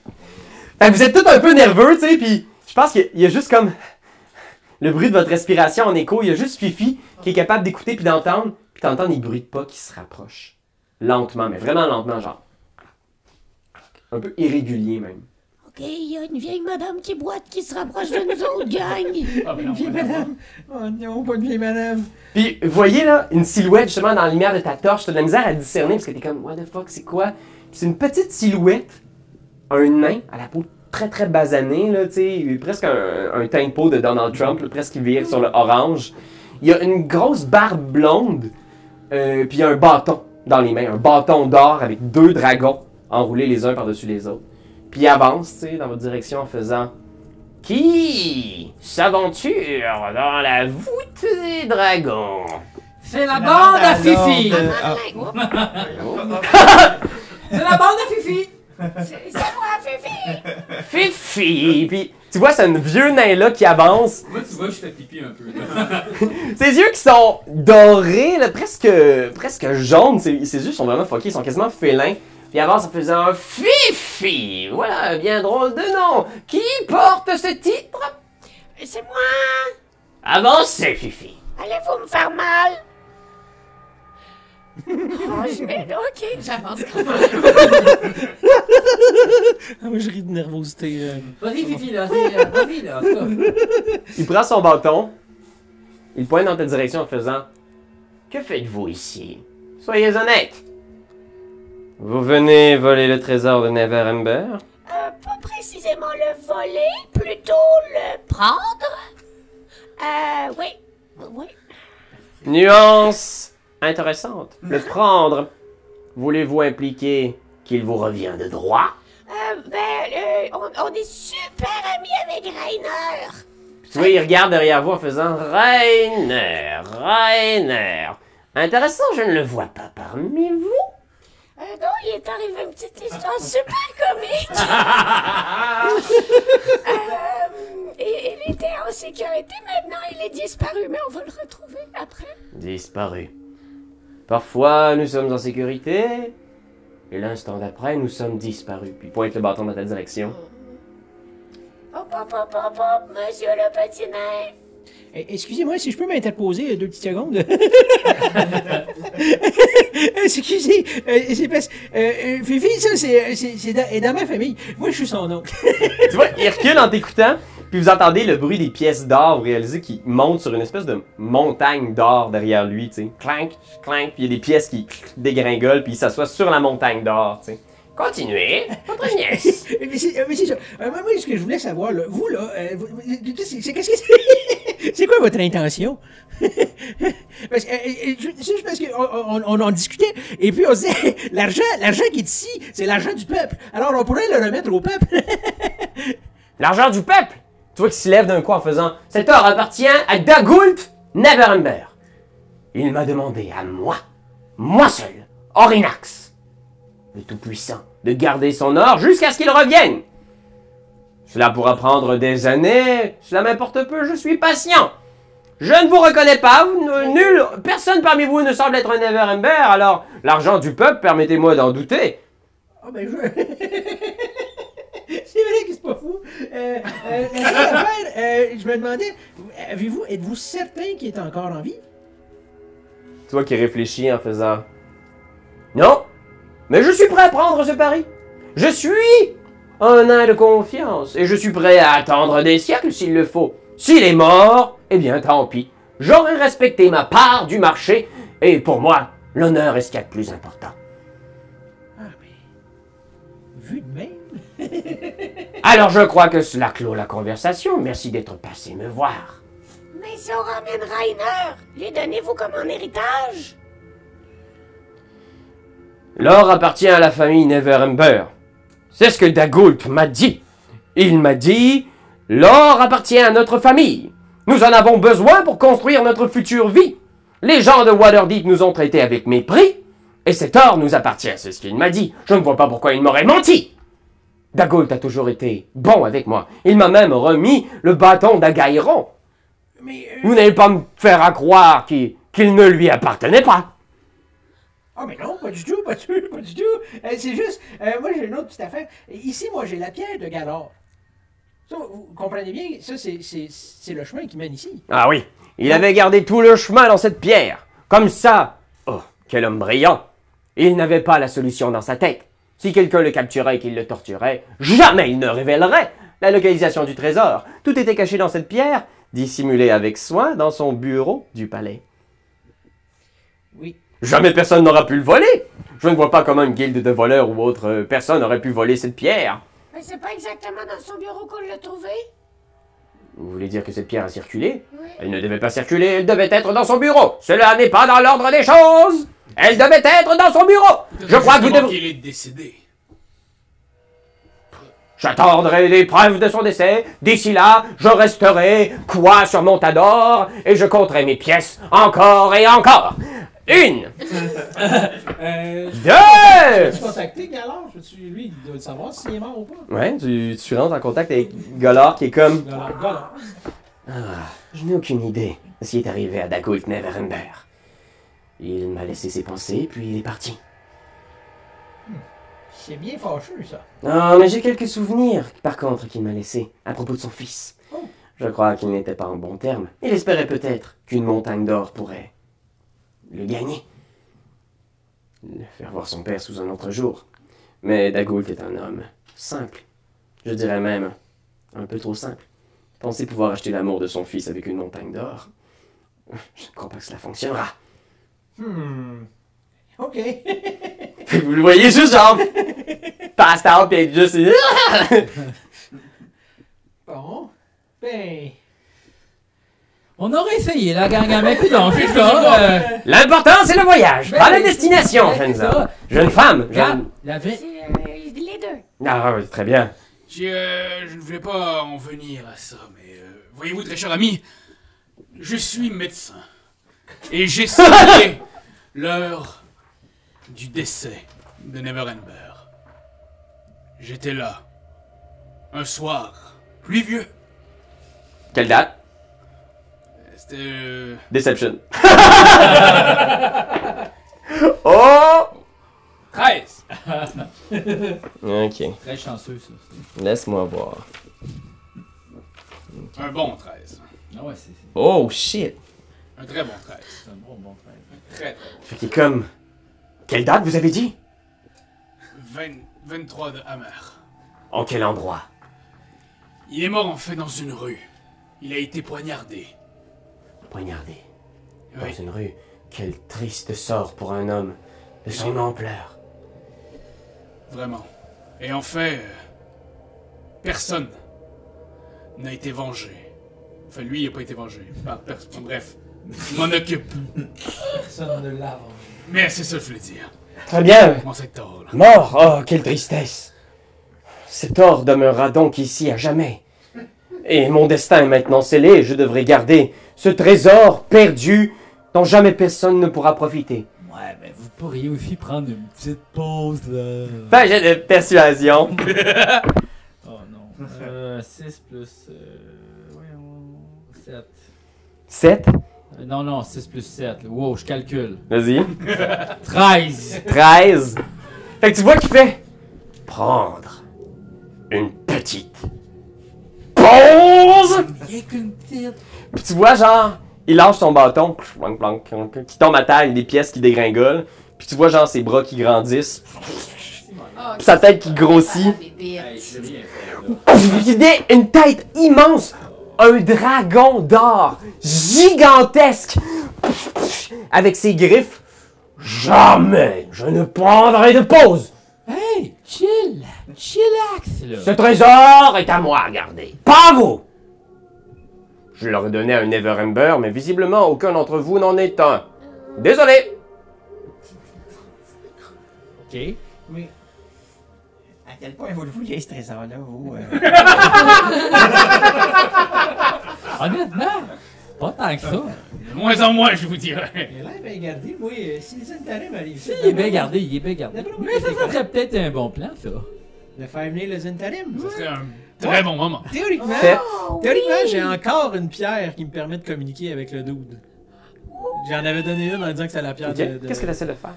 Speaker 1: Fait que vous êtes tous un peu nerveux, tu sais, puis je pense qu'il y a juste comme le bruit de votre respiration en écho. Il y a juste Fifi qui est capable d'écouter puis d'entendre, puis t'entends des bruits de pas qui se rapprochent. Lentement, mais vraiment lentement, genre. Un peu irrégulier même.
Speaker 8: OK, il y a une vieille madame qui boite qui se rapproche de nous autres, gang. Euh,
Speaker 5: Ah, ben, on va
Speaker 6: Vieille
Speaker 5: la voir.
Speaker 6: madame. Oh non, pas de vieille madame.
Speaker 1: Puis vous voyez là, une silhouette justement dans la lumière de ta torche, t'as de la misère à discerner parce que t'es comme, what the fuck, c'est quoi? Puis c'est une petite silhouette, un nain à la peau très très basanée, là, tu sais, presque un, un teint de peau de Donald Trump, là, presque qui vire sur le orange. Il a une grosse barbe blonde, euh, puis il a un bâton dans les mains, un bâton d'or avec deux dragons enroulés les uns par-dessus les autres. Puis il avance, tu sais, dans votre direction en faisant Qui s'aventure dans la voûte des dragons
Speaker 4: C'est
Speaker 6: Ah,
Speaker 4: la bande à Fifi!
Speaker 3: Euh, ah,
Speaker 4: C'est la bande à Fifi!
Speaker 8: C'est c'est moi, Fifi.
Speaker 1: Fifi! Puis tu vois, c'est un vieux nain là qui avance.
Speaker 4: Moi, tu vois, je fais pipi un peu.
Speaker 1: Ses yeux qui sont dorés, là, presque, presque jaunes. Ses, ses yeux sont vraiment fuckés, ils sont quasiment félins. Puis il avance en faisant Fifi! Voilà un bien drôle de nom! Qui porte ce titre?
Speaker 8: C'est moi.
Speaker 1: Avancez, Fifi!
Speaker 8: Allez-vous me faire mal? Oh, je vais- OK, j'avance quand même.
Speaker 10: Ah, moi, je ris de nervosité. euh.
Speaker 4: Vas-y, Fifi, là, c'est- vas-y, là. ça.
Speaker 1: Il prend son bâton, il pointe dans ta direction en faisant Que faites-vous ici? Soyez honnête! Vous venez voler le trésor de Neverember?
Speaker 8: Euh, pas précisément le voler, plutôt le prendre. Euh, oui. Oui.
Speaker 1: Nuance intéressante. Le prendre. Voulez-vous impliquer qu'il vous revient de droit?
Speaker 8: Euh, ben, euh, on, on est super amis avec Rainer.
Speaker 1: Puis tu vois, il regarde derrière vous en faisant Rainer, Rainer. Intéressant, je ne le vois pas parmi vous.
Speaker 8: Euh, non, il est arrivé une petite histoire super comique. Euh, et- il était en sécurité maintenant, il est disparu, mais on va le retrouver après.
Speaker 1: Disparu. Parfois, nous sommes en sécurité. Et l'instant d'après, nous sommes disparus. Puis il pointe le bâton dans ta direction.
Speaker 8: Hop, hop, hop, hop, hop, monsieur le petit nain.
Speaker 6: Eh, Excusez-moi si je peux m'interposer euh, deux petites secondes. Excusez, euh, c'est parce euh, euh, Fifi, ça, c'est, c'est, c'est dans, est dans ma famille. Moi, je suis son oncle.
Speaker 1: tu vois, il recule en t'écoutant. Puis vous entendez le bruit des pièces d'or, vous réalisez qu'il monte sur une espèce de montagne d'or derrière lui, tu sais. Clank, clank, puis il y a des pièces qui dégringolent, puis il s'assoit sur la montagne d'or, tu sais. Continuez, votre nièce.
Speaker 6: mais c'est euh, mais c'est ça. Euh, moi, moi, ce que je voulais savoir, là, vous, là, euh, vous- vous- c'est c'est- qu'est-ce que c'est? c'est quoi votre intention? parce que, euh, euh, je- c'est juste parce qu'on on, on en discutait, et puis on se disait, l'argent, l'argent qui est ici, c'est l'argent du peuple. Alors, on pourrait le remettre au peuple.
Speaker 1: L'argent du peuple Tu vois qu'il se lève d'un coup en faisant Cet or appartient à Dagult Neverember. Il m'a demandé à moi, moi seul, Orinax, le Tout-Puissant, de garder son or jusqu'à ce qu'il revienne. Cela pourra prendre des années, cela m'importe peu, je suis patient. Je ne vous reconnais pas, vous ne- nul, personne parmi vous ne semble être un Neverember, alors l'argent du peuple, permettez-moi d'en douter.
Speaker 6: Ah ben je... c'est vrai que c'est pas fou. Euh, euh, la seule affaire, euh, je me demandais, euh, avez-vous, êtes-vous certain qu'il est encore en vie?
Speaker 1: Tu vois qu'il réfléchit en faisant Non, mais je suis prêt à prendre ce pari. Je suis un nain de confiance et je suis prêt à attendre des siècles s'il le faut. S'il est mort, eh bien tant pis. J'aurai respecté ma part du marché et pour moi, l'honneur est ce qu'il y a de plus important.
Speaker 6: Ah, Vu de même?
Speaker 1: Alors je crois que cela clôt la conversation. Merci d'être passé me voir.
Speaker 8: Mais si on ramènera une heure, lui donnez-vous comme en héritage?
Speaker 1: L'or appartient à la famille Neverember. C'est ce que Dagult m'a dit. Il m'a dit L'or appartient à notre famille. Nous en avons besoin pour construire notre future vie. Les gens de Waterdeep nous ont traités avec mépris, et cet or nous appartient, c'est ce qu'il m'a dit. Je ne vois pas pourquoi il m'aurait menti. Dagult a toujours été bon avec moi. Il m'a même remis le bâton d'Agairon. Vous n'allez pas me faire à croire qu'il qu'il ne lui appartenait pas.
Speaker 6: Ah, mais non, pas du tout, pas du tout, pas du tout. Euh, c'est juste, euh, moi, j'ai une autre petite affaire. Ici, moi, j'ai la pierre de Galore. Ça, vous comprenez bien, ça, c'est, c'est, c'est le chemin qui mène ici.
Speaker 1: Ah oui, il avait gardé tout le chemin dans cette pierre. Comme ça. Oh, quel homme brillant. Il n'avait pas la solution dans sa tête. Si quelqu'un le capturait et qu'il le torturait, jamais il ne révélerait la localisation du trésor. Tout était caché dans cette pierre, dissimulé avec soin dans son bureau du palais.
Speaker 6: Oui.
Speaker 1: Jamais personne n'aura pu le voler. Je ne vois pas comment une guilde de voleurs ou autre euh, personne aurait pu voler cette pierre.
Speaker 8: Mais c'est pas exactement dans son bureau qu'on l'a trouvé?
Speaker 1: Vous voulez dire que cette pierre a circulé
Speaker 8: Oui.
Speaker 1: Elle ne devait pas circuler, elle devait être dans son bureau. Cela n'est pas dans l'ordre des choses. Elle devait être dans son bureau. Je crois que vous
Speaker 5: Justement
Speaker 1: devez...
Speaker 5: qu'il est décédé.
Speaker 1: J'attendrai les preuves de son décès. D'ici là, je resterai quoi sur mon tas d'or et je compterai mes pièces encore et encore. Une.
Speaker 10: Je
Speaker 1: Deux.
Speaker 10: peux-tu contacter Galore? Je peux-tu- lui, il doit le savoir s'il est mort ou pas.
Speaker 1: Ouais, tu, tu rentres en contact avec Golor qui est comme...
Speaker 10: Galore, Galore.
Speaker 1: Ah, je n'ai aucune idée de ce qui est arrivé à Dagult Neverember. Il m'a laissé ses pensées, puis il est parti.
Speaker 6: C'est bien fâcheux, ça.
Speaker 1: Non, mais j'ai quelques souvenirs, par contre, qu'il m'a laissés à propos de son fils.
Speaker 6: Oh.
Speaker 1: Je crois qu'il n'était pas en bon terme. Il espérait peut-être qu'une montagne d'or pourrait le gagner. Le faire voir son père sous un autre jour. Mais Dagoult est un homme simple. Je dirais même un peu trop simple. Penser pouvoir acheter l'amour de son fils avec une montagne d'or. Je ne crois pas que cela fonctionnera.
Speaker 6: Hmm. OK.
Speaker 1: Puis vous le voyez juste genre passe out puis être juste
Speaker 6: bon. Ben...
Speaker 4: On aurait essayé, la gang, hein, mais coudonc, c'est
Speaker 6: voir.
Speaker 4: ça. euh,
Speaker 1: L'important c'est le voyage,
Speaker 4: Ben,
Speaker 1: pas la
Speaker 4: oui.
Speaker 1: destination,
Speaker 4: Ben,
Speaker 1: jeune
Speaker 4: c'est ça. Ah.
Speaker 1: homme. Jeune femme,
Speaker 4: Regarde,
Speaker 1: jeune.
Speaker 4: la vraie-
Speaker 8: les deux.
Speaker 1: Ah oui, très bien.
Speaker 5: J'ai, euh, je ne voulais pas en venir à ça, mais euh, voyez-vous, très cher ami, je suis médecin et j'ai signé l'heure du décès de Neverember. J'étais là un soir pluvieux.
Speaker 1: Quelle date
Speaker 5: C'était euh,
Speaker 1: Deception. oh
Speaker 5: 13.
Speaker 1: OK.
Speaker 4: Très chanceux, ça.
Speaker 1: Laisse-moi voir.
Speaker 5: Un bon 13.
Speaker 4: Ah ouais, c'est.
Speaker 1: Oh shit.
Speaker 5: Un très bon 13. C'est un bon bon 13. Très très bon.
Speaker 1: Fait qu'il est comme Quelle date vous avez dit
Speaker 5: 20 23 de Hammer.
Speaker 1: En quel endroit
Speaker 5: Il est mort en fait dans une rue. Il a été poignardé.
Speaker 1: Poignardé. Dans
Speaker 5: Oui.
Speaker 1: une rue. Quel triste sort pour un homme de son ampleur.
Speaker 5: Vraiment. Et en fait, euh, personne n'a été vengé. Enfin, lui, il n'a pas été vengé. Par personne. Bref, je m'en occupe.
Speaker 10: Personne ne l'a
Speaker 5: Mais c'est ça que je voulais dire.
Speaker 1: Très bien.
Speaker 5: Bon, c'est tort, là.
Speaker 1: Mort. Oh, quelle tristesse. Cet or demeurera donc ici à jamais. Et mon destin est maintenant scellé. Je devrais garder ce trésor perdu dont jamais personne ne pourra profiter.
Speaker 4: Ouais, mais vous pourriez aussi prendre une petite pause, là.
Speaker 1: Ben, j'ai de persuasion.
Speaker 4: oh non. Euh, 6 plus. Euh, voyons. 7.
Speaker 1: 7.
Speaker 4: non, non, 6 plus 7. Wow, je calcule.
Speaker 1: Vas-y.
Speaker 4: 13.
Speaker 1: 13. Fait que tu vois qu'il fait prendre une petite pause.
Speaker 4: Rien qu'une petite.
Speaker 1: Puis tu vois, genre, il lâche son bâton, clonk, clonk, clonk, qui tombe à terre, il y a des pièces qui dégringolent. Puis tu vois, genre, ses bras qui grandissent. Puis sa tête qui grossit. Pff, Il y a une tête immense. Un dragon d'or gigantesque. Pff, pff, Avec ses griffes. Jamais je ne prendrai de pause.
Speaker 4: Hey, chill. Chillax, là.
Speaker 1: Ce trésor est à moi, regardez. Pas à vous! Je leur ai donné un Never Ember, mais visiblement aucun d'entre vous n'en est un. Désolé!
Speaker 4: Ok.
Speaker 3: Oui. À quel point vous le vouliez, ce trésor-là, vous? euh?
Speaker 4: Honnêtement, pas tant que ça.
Speaker 5: De moins en moins, je vous dirais.
Speaker 6: Il a l'air bien gardé, moi, euh, si les Zintarim arrivent ici.
Speaker 4: Il est bien gardé, il est bien gardé. Mais ça serait peut-être un bon plan, ça.
Speaker 6: Le faire venir le Zintarim.
Speaker 5: Ce serait un très bon moment.
Speaker 6: Théoriquement,
Speaker 4: Fait.
Speaker 6: théoriquement j'ai encore une pierre qui me permet de communiquer avec le dude. J'en avais donné une en disant que c'était la pierre
Speaker 1: Ok,
Speaker 6: de. de-
Speaker 1: Qu'est-ce que t'essaies de faire?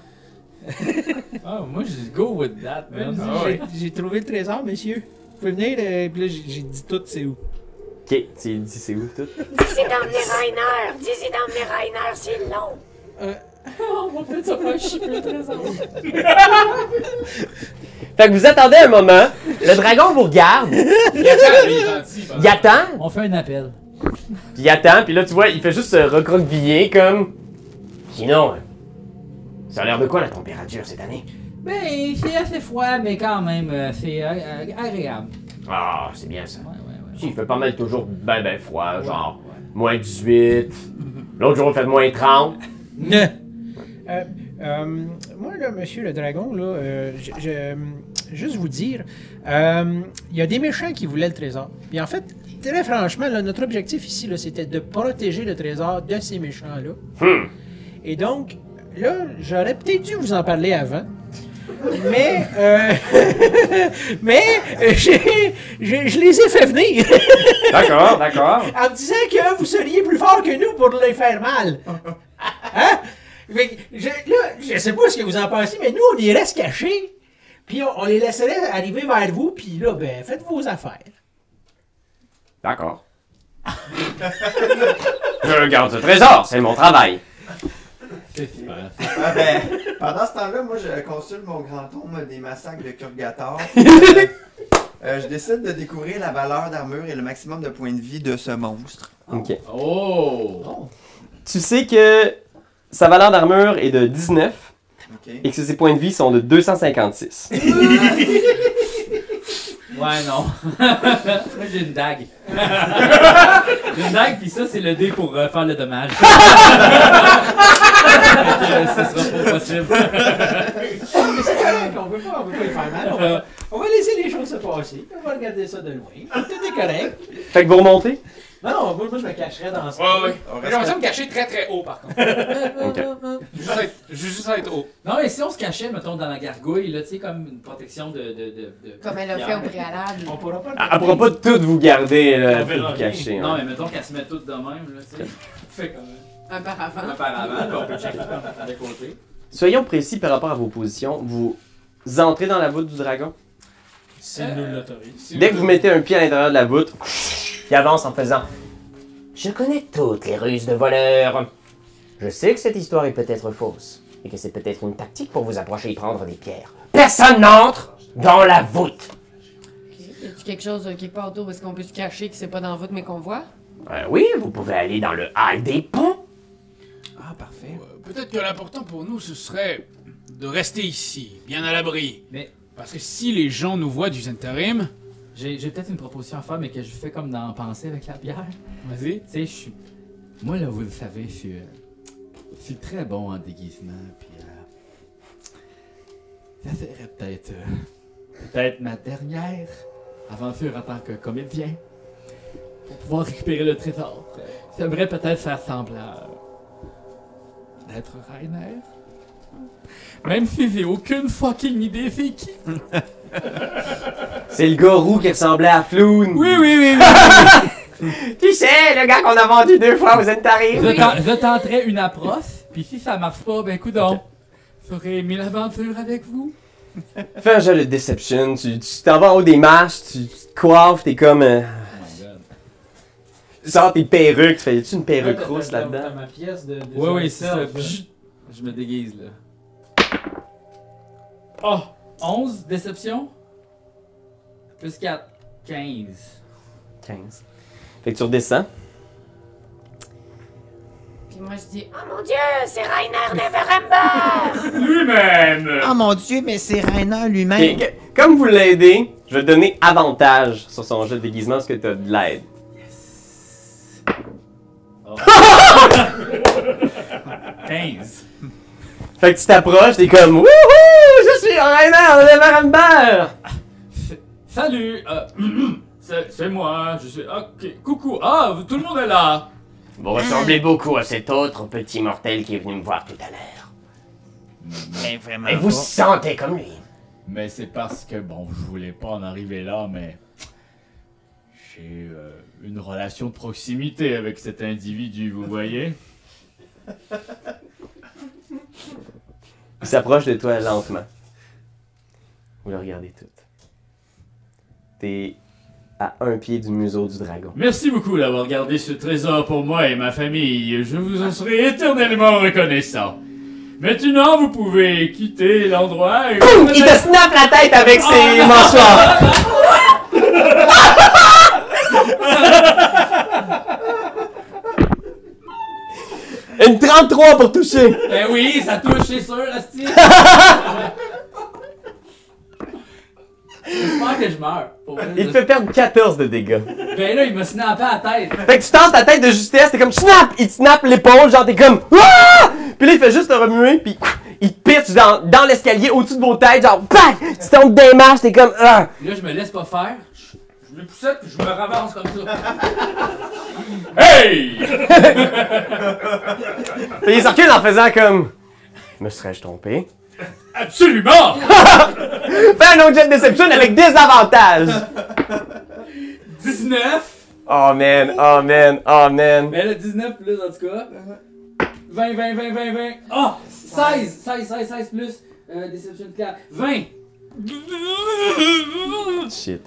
Speaker 4: Ah, moi, je dis go with that,
Speaker 6: Ouais,
Speaker 4: man.
Speaker 6: j'ai-
Speaker 4: Ah ouais.
Speaker 6: J'ai trouvé le trésor, monsieur. Vous pouvez venir, euh, puis là, j'ai j'ai dit tout, c'est où.
Speaker 1: Ok, tu dis c'est où tout?
Speaker 8: Dis-y d'emmener Rainer. Dis-y d'emmener Rainer, c'est long.
Speaker 14: On va peut-être se faire chipper le trésor.
Speaker 1: Fait que vous attendez un moment, le dragon vous regarde,
Speaker 5: Il attend, lui, il est gentil, par
Speaker 1: il
Speaker 5: exemple.
Speaker 1: attend,
Speaker 4: On fait un appel.
Speaker 1: Puis il attend, puis là, tu vois, il fait juste se recroqueviller comme. Sinon, euh, ça a l'air de quoi la température cette année?
Speaker 4: Ben, c'est assez froid, mais quand même, euh, c'est euh, euh, agréable.
Speaker 1: Ah, c'est bien ça.
Speaker 4: Ouais, ouais, ouais.
Speaker 1: Si, il fait pas mal toujours ben ben froid, genre moins 18. L'autre jour, il fait moins 30.
Speaker 6: Euh, euh, moi, là, monsieur le dragon, là, euh, je, je- juste vous dire, euh, il y a des méchants qui voulaient le trésor. Puis en fait, très franchement, là, notre objectif ici, là, c'était de protéger le trésor de ces méchants-là.
Speaker 1: Hmm.
Speaker 6: Et donc, là, j'aurais peut-être dû vous en parler avant. Mais, euh, mais, euh, j'ai- j'ai- je les ai fait venir
Speaker 1: D'accord, d'accord.
Speaker 6: en me disant que vous seriez plus fort que nous pour les faire mal. Hein? Fait que je, là, je sais pas ce que vous en pensez, mais nous, on les reste cachés. Puis on, on les laisserait arriver vers vous, puis là, ben, faites vos affaires.
Speaker 1: D'accord. Je garde ce trésor, c'est mon travail.
Speaker 3: Ah ben, pendant ce temps-là, moi, je consulte mon grand tome des massacres de Kurgator. Euh, euh, je décide de découvrir la valeur d'armure et le maximum de points de vie de ce monstre.
Speaker 1: Ok.
Speaker 5: Oh!
Speaker 1: Tu sais que sa valeur d'armure est de 19
Speaker 3: Ok.
Speaker 1: et que ses points de vie sont de 256.
Speaker 4: Ouais, non. Moi, j'ai une dague. j'ai une dague, puis ça, c'est le dé pour euh, faire le dommage. Fait que, euh, Ce sera pas possible.
Speaker 6: Mais c'est correct, on veut pas, on veut pas les faire mal. On va, on va laisser les choses se passer. On va regarder ça de loin. Tout est correct.
Speaker 1: Fait que vous remontez?
Speaker 6: Non, non, moi, moi, je me cacherais dans ce
Speaker 5: Ouais, ouais.
Speaker 3: On
Speaker 5: J'ai
Speaker 3: reste
Speaker 5: l'impression de me cacher très très haut, par contre. Juste être, juste être haut.
Speaker 4: Non, mais si on se cachait, mettons, dans la gargouille, là, tu sais, comme une protection de. de, de, de-
Speaker 7: Comme elle a fait au préalable.
Speaker 6: On pourra pas le
Speaker 1: Elle elle pourra pas tout vous garder, là,
Speaker 15: On verra
Speaker 1: tout vous
Speaker 15: bien.
Speaker 1: cacher. hein.
Speaker 4: Non, mais mettons qu'elle se met toutes de même, là, tu sais. Fait comme
Speaker 7: Un par
Speaker 4: un
Speaker 7: avant.
Speaker 4: par avant, puis on peut checker par de côté.
Speaker 1: Soyons précis par rapport à vos positions. Vous entrez dans la voûte du dragon.
Speaker 10: Si elle nous l'autorise.
Speaker 1: Dès que vous mettez un pied à l'intérieur de la voûte, il avance en faisant Je connais toutes les ruses de voleurs. Je sais que cette histoire est peut-être fausse et que c'est peut-être une tactique pour vous approcher et prendre des pierres. Personne n'entre dans la voûte.
Speaker 7: Y a-tu quelque chose euh, quelque part autour parce qu'on peut se cacher que c'est pas dans la voûte mais qu'on voit?
Speaker 1: Euh, oui, vous pouvez aller dans le hall des ponts.
Speaker 5: Ah, parfait. Peut-être que l'important pour nous, ce serait de rester ici, bien à l'abri.
Speaker 4: Mais-
Speaker 5: Parce que si les gens nous voient du Zentarim,
Speaker 4: J'ai j'ai peut-être une proposition à faire, mais que je fais comme dans Penser avec la bière.
Speaker 5: Vas-y.
Speaker 4: Tu sais, je suis. Moi, là, vous le savez, je suis. euh, Je suis très bon en déguisement, puis. euh, Ça serait peut-être. euh, Peut-être ma dernière aventure en tant que comédien. Pour pouvoir récupérer le trésor. J'aimerais peut-être faire semblant. euh, d'être Rainer. Même si j'ai aucune fucking idée, c'est qui.
Speaker 1: C'est le gars roux qui ressemblait à Floon.
Speaker 4: Oui, oui, oui,
Speaker 1: tu sais, le gars qu'on a vendu deux fois aux Zentarim.
Speaker 4: Je, ten- je tenterai une approche, puis si ça marche pas, ben coudon. J'aurais aimé l'aventure avec vous.
Speaker 1: Fais un jeu de déception, tu tu t'en vas en haut des marches, tu tu te coiffes, t'es comme. euh,
Speaker 4: Oh
Speaker 1: Tu sors tes perruques, tu fais tu une perruque rousse là-dedans?
Speaker 10: ma pièce de.
Speaker 4: Ouais, ouais, c'est ça. Pfff. Je me déguise, là. Oh! 11, déception. Plus 4, 15.
Speaker 1: 15. Fait que tu redescends.
Speaker 7: Puis moi je dis,
Speaker 8: Oh mon dieu, c'est Rainer Neverember!
Speaker 1: Lui-même!
Speaker 3: Oh mon dieu, mais c'est Rainer lui-même.
Speaker 1: Et que- comme vous l'aidez, je vais donner avantage sur son jeu de déguisement parce que t'as de l'aide.
Speaker 4: Ah, 15.
Speaker 1: Fait que tu t'approches, t'es comme Wouhou! Je suis Rainer Neverember!
Speaker 4: Salut! euh, c'est c'est moi, je suis. Ok, coucou! Ah, vous- tout le monde est là!
Speaker 1: Vous ressemblez beaucoup à cet autre petit mortel qui est venu me voir tout à l'heure.
Speaker 3: Mais vraiment.
Speaker 1: Et vous sentez comme lui.
Speaker 4: Mais c'est parce que, bon, je voulais pas en arriver là, mais. J'ai euh, une relation de proximité avec cet individu, vous voyez?
Speaker 1: Il s'approche de toi lentement. Vous le regardez tout. T'es à un pied du museau du dragon.
Speaker 4: Merci beaucoup d'avoir gardé ce trésor pour moi et ma famille. Je vous en serai éternellement reconnaissant. Maintenant, vous pouvez quitter l'endroit et...
Speaker 1: Il te snap la tête avec ses mâchoires. Une 33 pour toucher!
Speaker 4: Ben oui, ça touche, c'est sûr, Asti. J'espère que je meurs. pour vrai.
Speaker 1: Il te fait perdre 14 de dégâts.
Speaker 4: Ben là, il m'a snappé à la tête.
Speaker 1: Fait que tu tasses ta tête de justesse, t'es comme snap! Il te snap l'épaule, genre t'es comme Ah! Puis là, il fait juste te remuer, puis il te pitch dans, dans l'escalier au-dessus de vos têtes, genre BAC! Tu tombes des marches, t'es comme Ah!
Speaker 4: Là, je me laisse pas faire. Je, je me poussette puis je me ravance comme ça.
Speaker 1: Hey! Puis il circule en faisant comme Me serais-je trompé?
Speaker 4: Absolument!
Speaker 1: Fais un autre jet de déception avec des avantages!
Speaker 4: 19.
Speaker 1: Oh man, oh man, oh man!
Speaker 4: Ben là, 19 plus, en tout cas.
Speaker 10: Uh-huh.
Speaker 4: 20, 20, 20, 20, 20. Oh! 16! 16, 16, 16 plus. Euh, Deception 4. 20!
Speaker 1: Shit.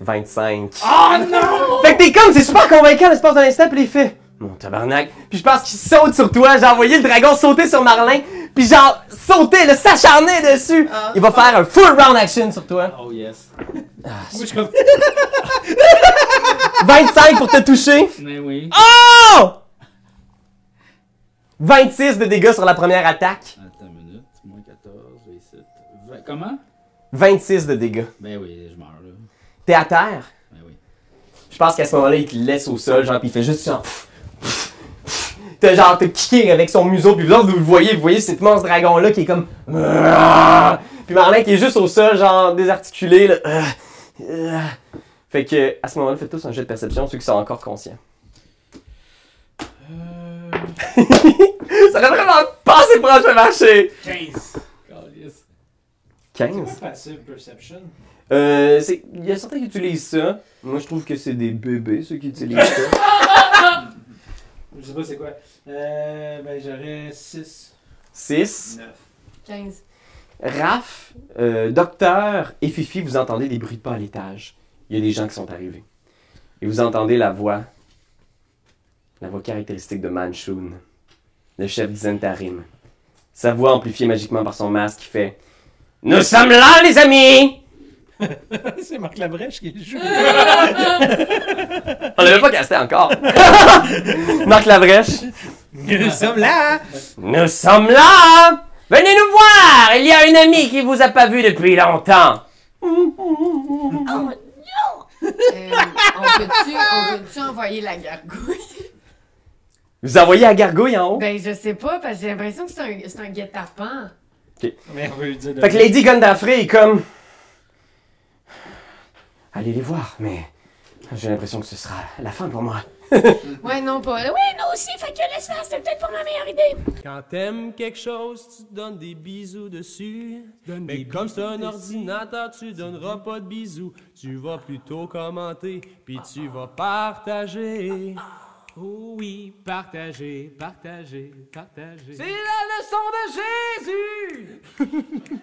Speaker 1: 25.
Speaker 4: Oh non!
Speaker 1: Fait que t'es comme, c'est super convaincant l'espace d'un instant, puis il fait Mon tabarnak. Puis je pense qu'il saute sur toi. J'ai envoyé le dragon sauter sur Marlin, puis genre sauter, le s'acharner dessus. Il va faire un full round action sur toi.
Speaker 4: Oh yes.
Speaker 1: Ah, super. 25 pour te toucher.
Speaker 4: Mais oui.
Speaker 1: Oh 26 de dégâts sur la première attaque.
Speaker 4: Attends une minute. Moins 14, 27. 20. Comment?
Speaker 1: 26 de dégâts.
Speaker 4: Ben oui, je meurs là.
Speaker 1: T'es à terre.
Speaker 4: Ben oui.
Speaker 1: Je pense qu'à ce moment-là, il te laisse au sol, genre, puis il fait juste genre. pff, pff, pff. T'as genre te kicker avec son museau, puis vous autres, vous le voyez, vous voyez cet immense dragon-là qui est comme. Puis Marlin qui est juste au sol, genre désarticulé, là. euh, euh. Fait que, à ce moment-là, faites tous un jet de perception, ceux qui sont encore conscients. Ça va vraiment pas assez proche de marcher!
Speaker 5: 15.
Speaker 1: 15?
Speaker 10: Passive perception.
Speaker 1: Euh, c'est- il y a certains qui utilisent ça. Moi, je trouve que c'est des bébés, ceux qui utilisent ça.
Speaker 10: Je sais pas c'est quoi. Euh, ben j'aurais 6.
Speaker 1: 6.
Speaker 7: 15.
Speaker 1: Raph, euh, Docteur et Fifi, vous entendez des bruits de pas à l'étage. Il y a des gens qui sont arrivés. Et vous entendez la voix, la voix caractéristique de Manchun, le chef d'Izentarim. Sa voix amplifiée magiquement par son masque qui fait « Nous sommes là, les amis!
Speaker 6: c'est Marc Labrèche qui le joue.
Speaker 1: On l'avait pas cassé encore. Marc Labrèche.
Speaker 6: Nous sommes là!
Speaker 1: Nous sommes là! Venez nous voir! Il y a une amie qui vous a pas vu depuis longtemps.
Speaker 7: Euh, on peut-tu on peut-tu envoyer la gargouille?
Speaker 1: Vous envoyez à Gargouille hein, en haut?
Speaker 7: Ben, je sais pas, parce que j'ai l'impression que c'est un, c'est un guet-apens.
Speaker 1: Fait que Lady Gondafrey est comme. Allez les voir, mais j'ai l'impression que ce sera la fin pour moi.
Speaker 7: Ouais, non, pas.
Speaker 8: Oui, Ben, nous aussi, fait que laisse faire, c'était peut-être pas ma meilleure idée.
Speaker 10: Quand t'aimes quelque chose, tu donnes des bisous dessus. Mais comme c'est un ordinateur, tu donneras pas de bisous. Tu vas plutôt commenter, puis tu vas partager. Oh oui, partager, partager, partager.
Speaker 16: C'est la leçon de Jésus!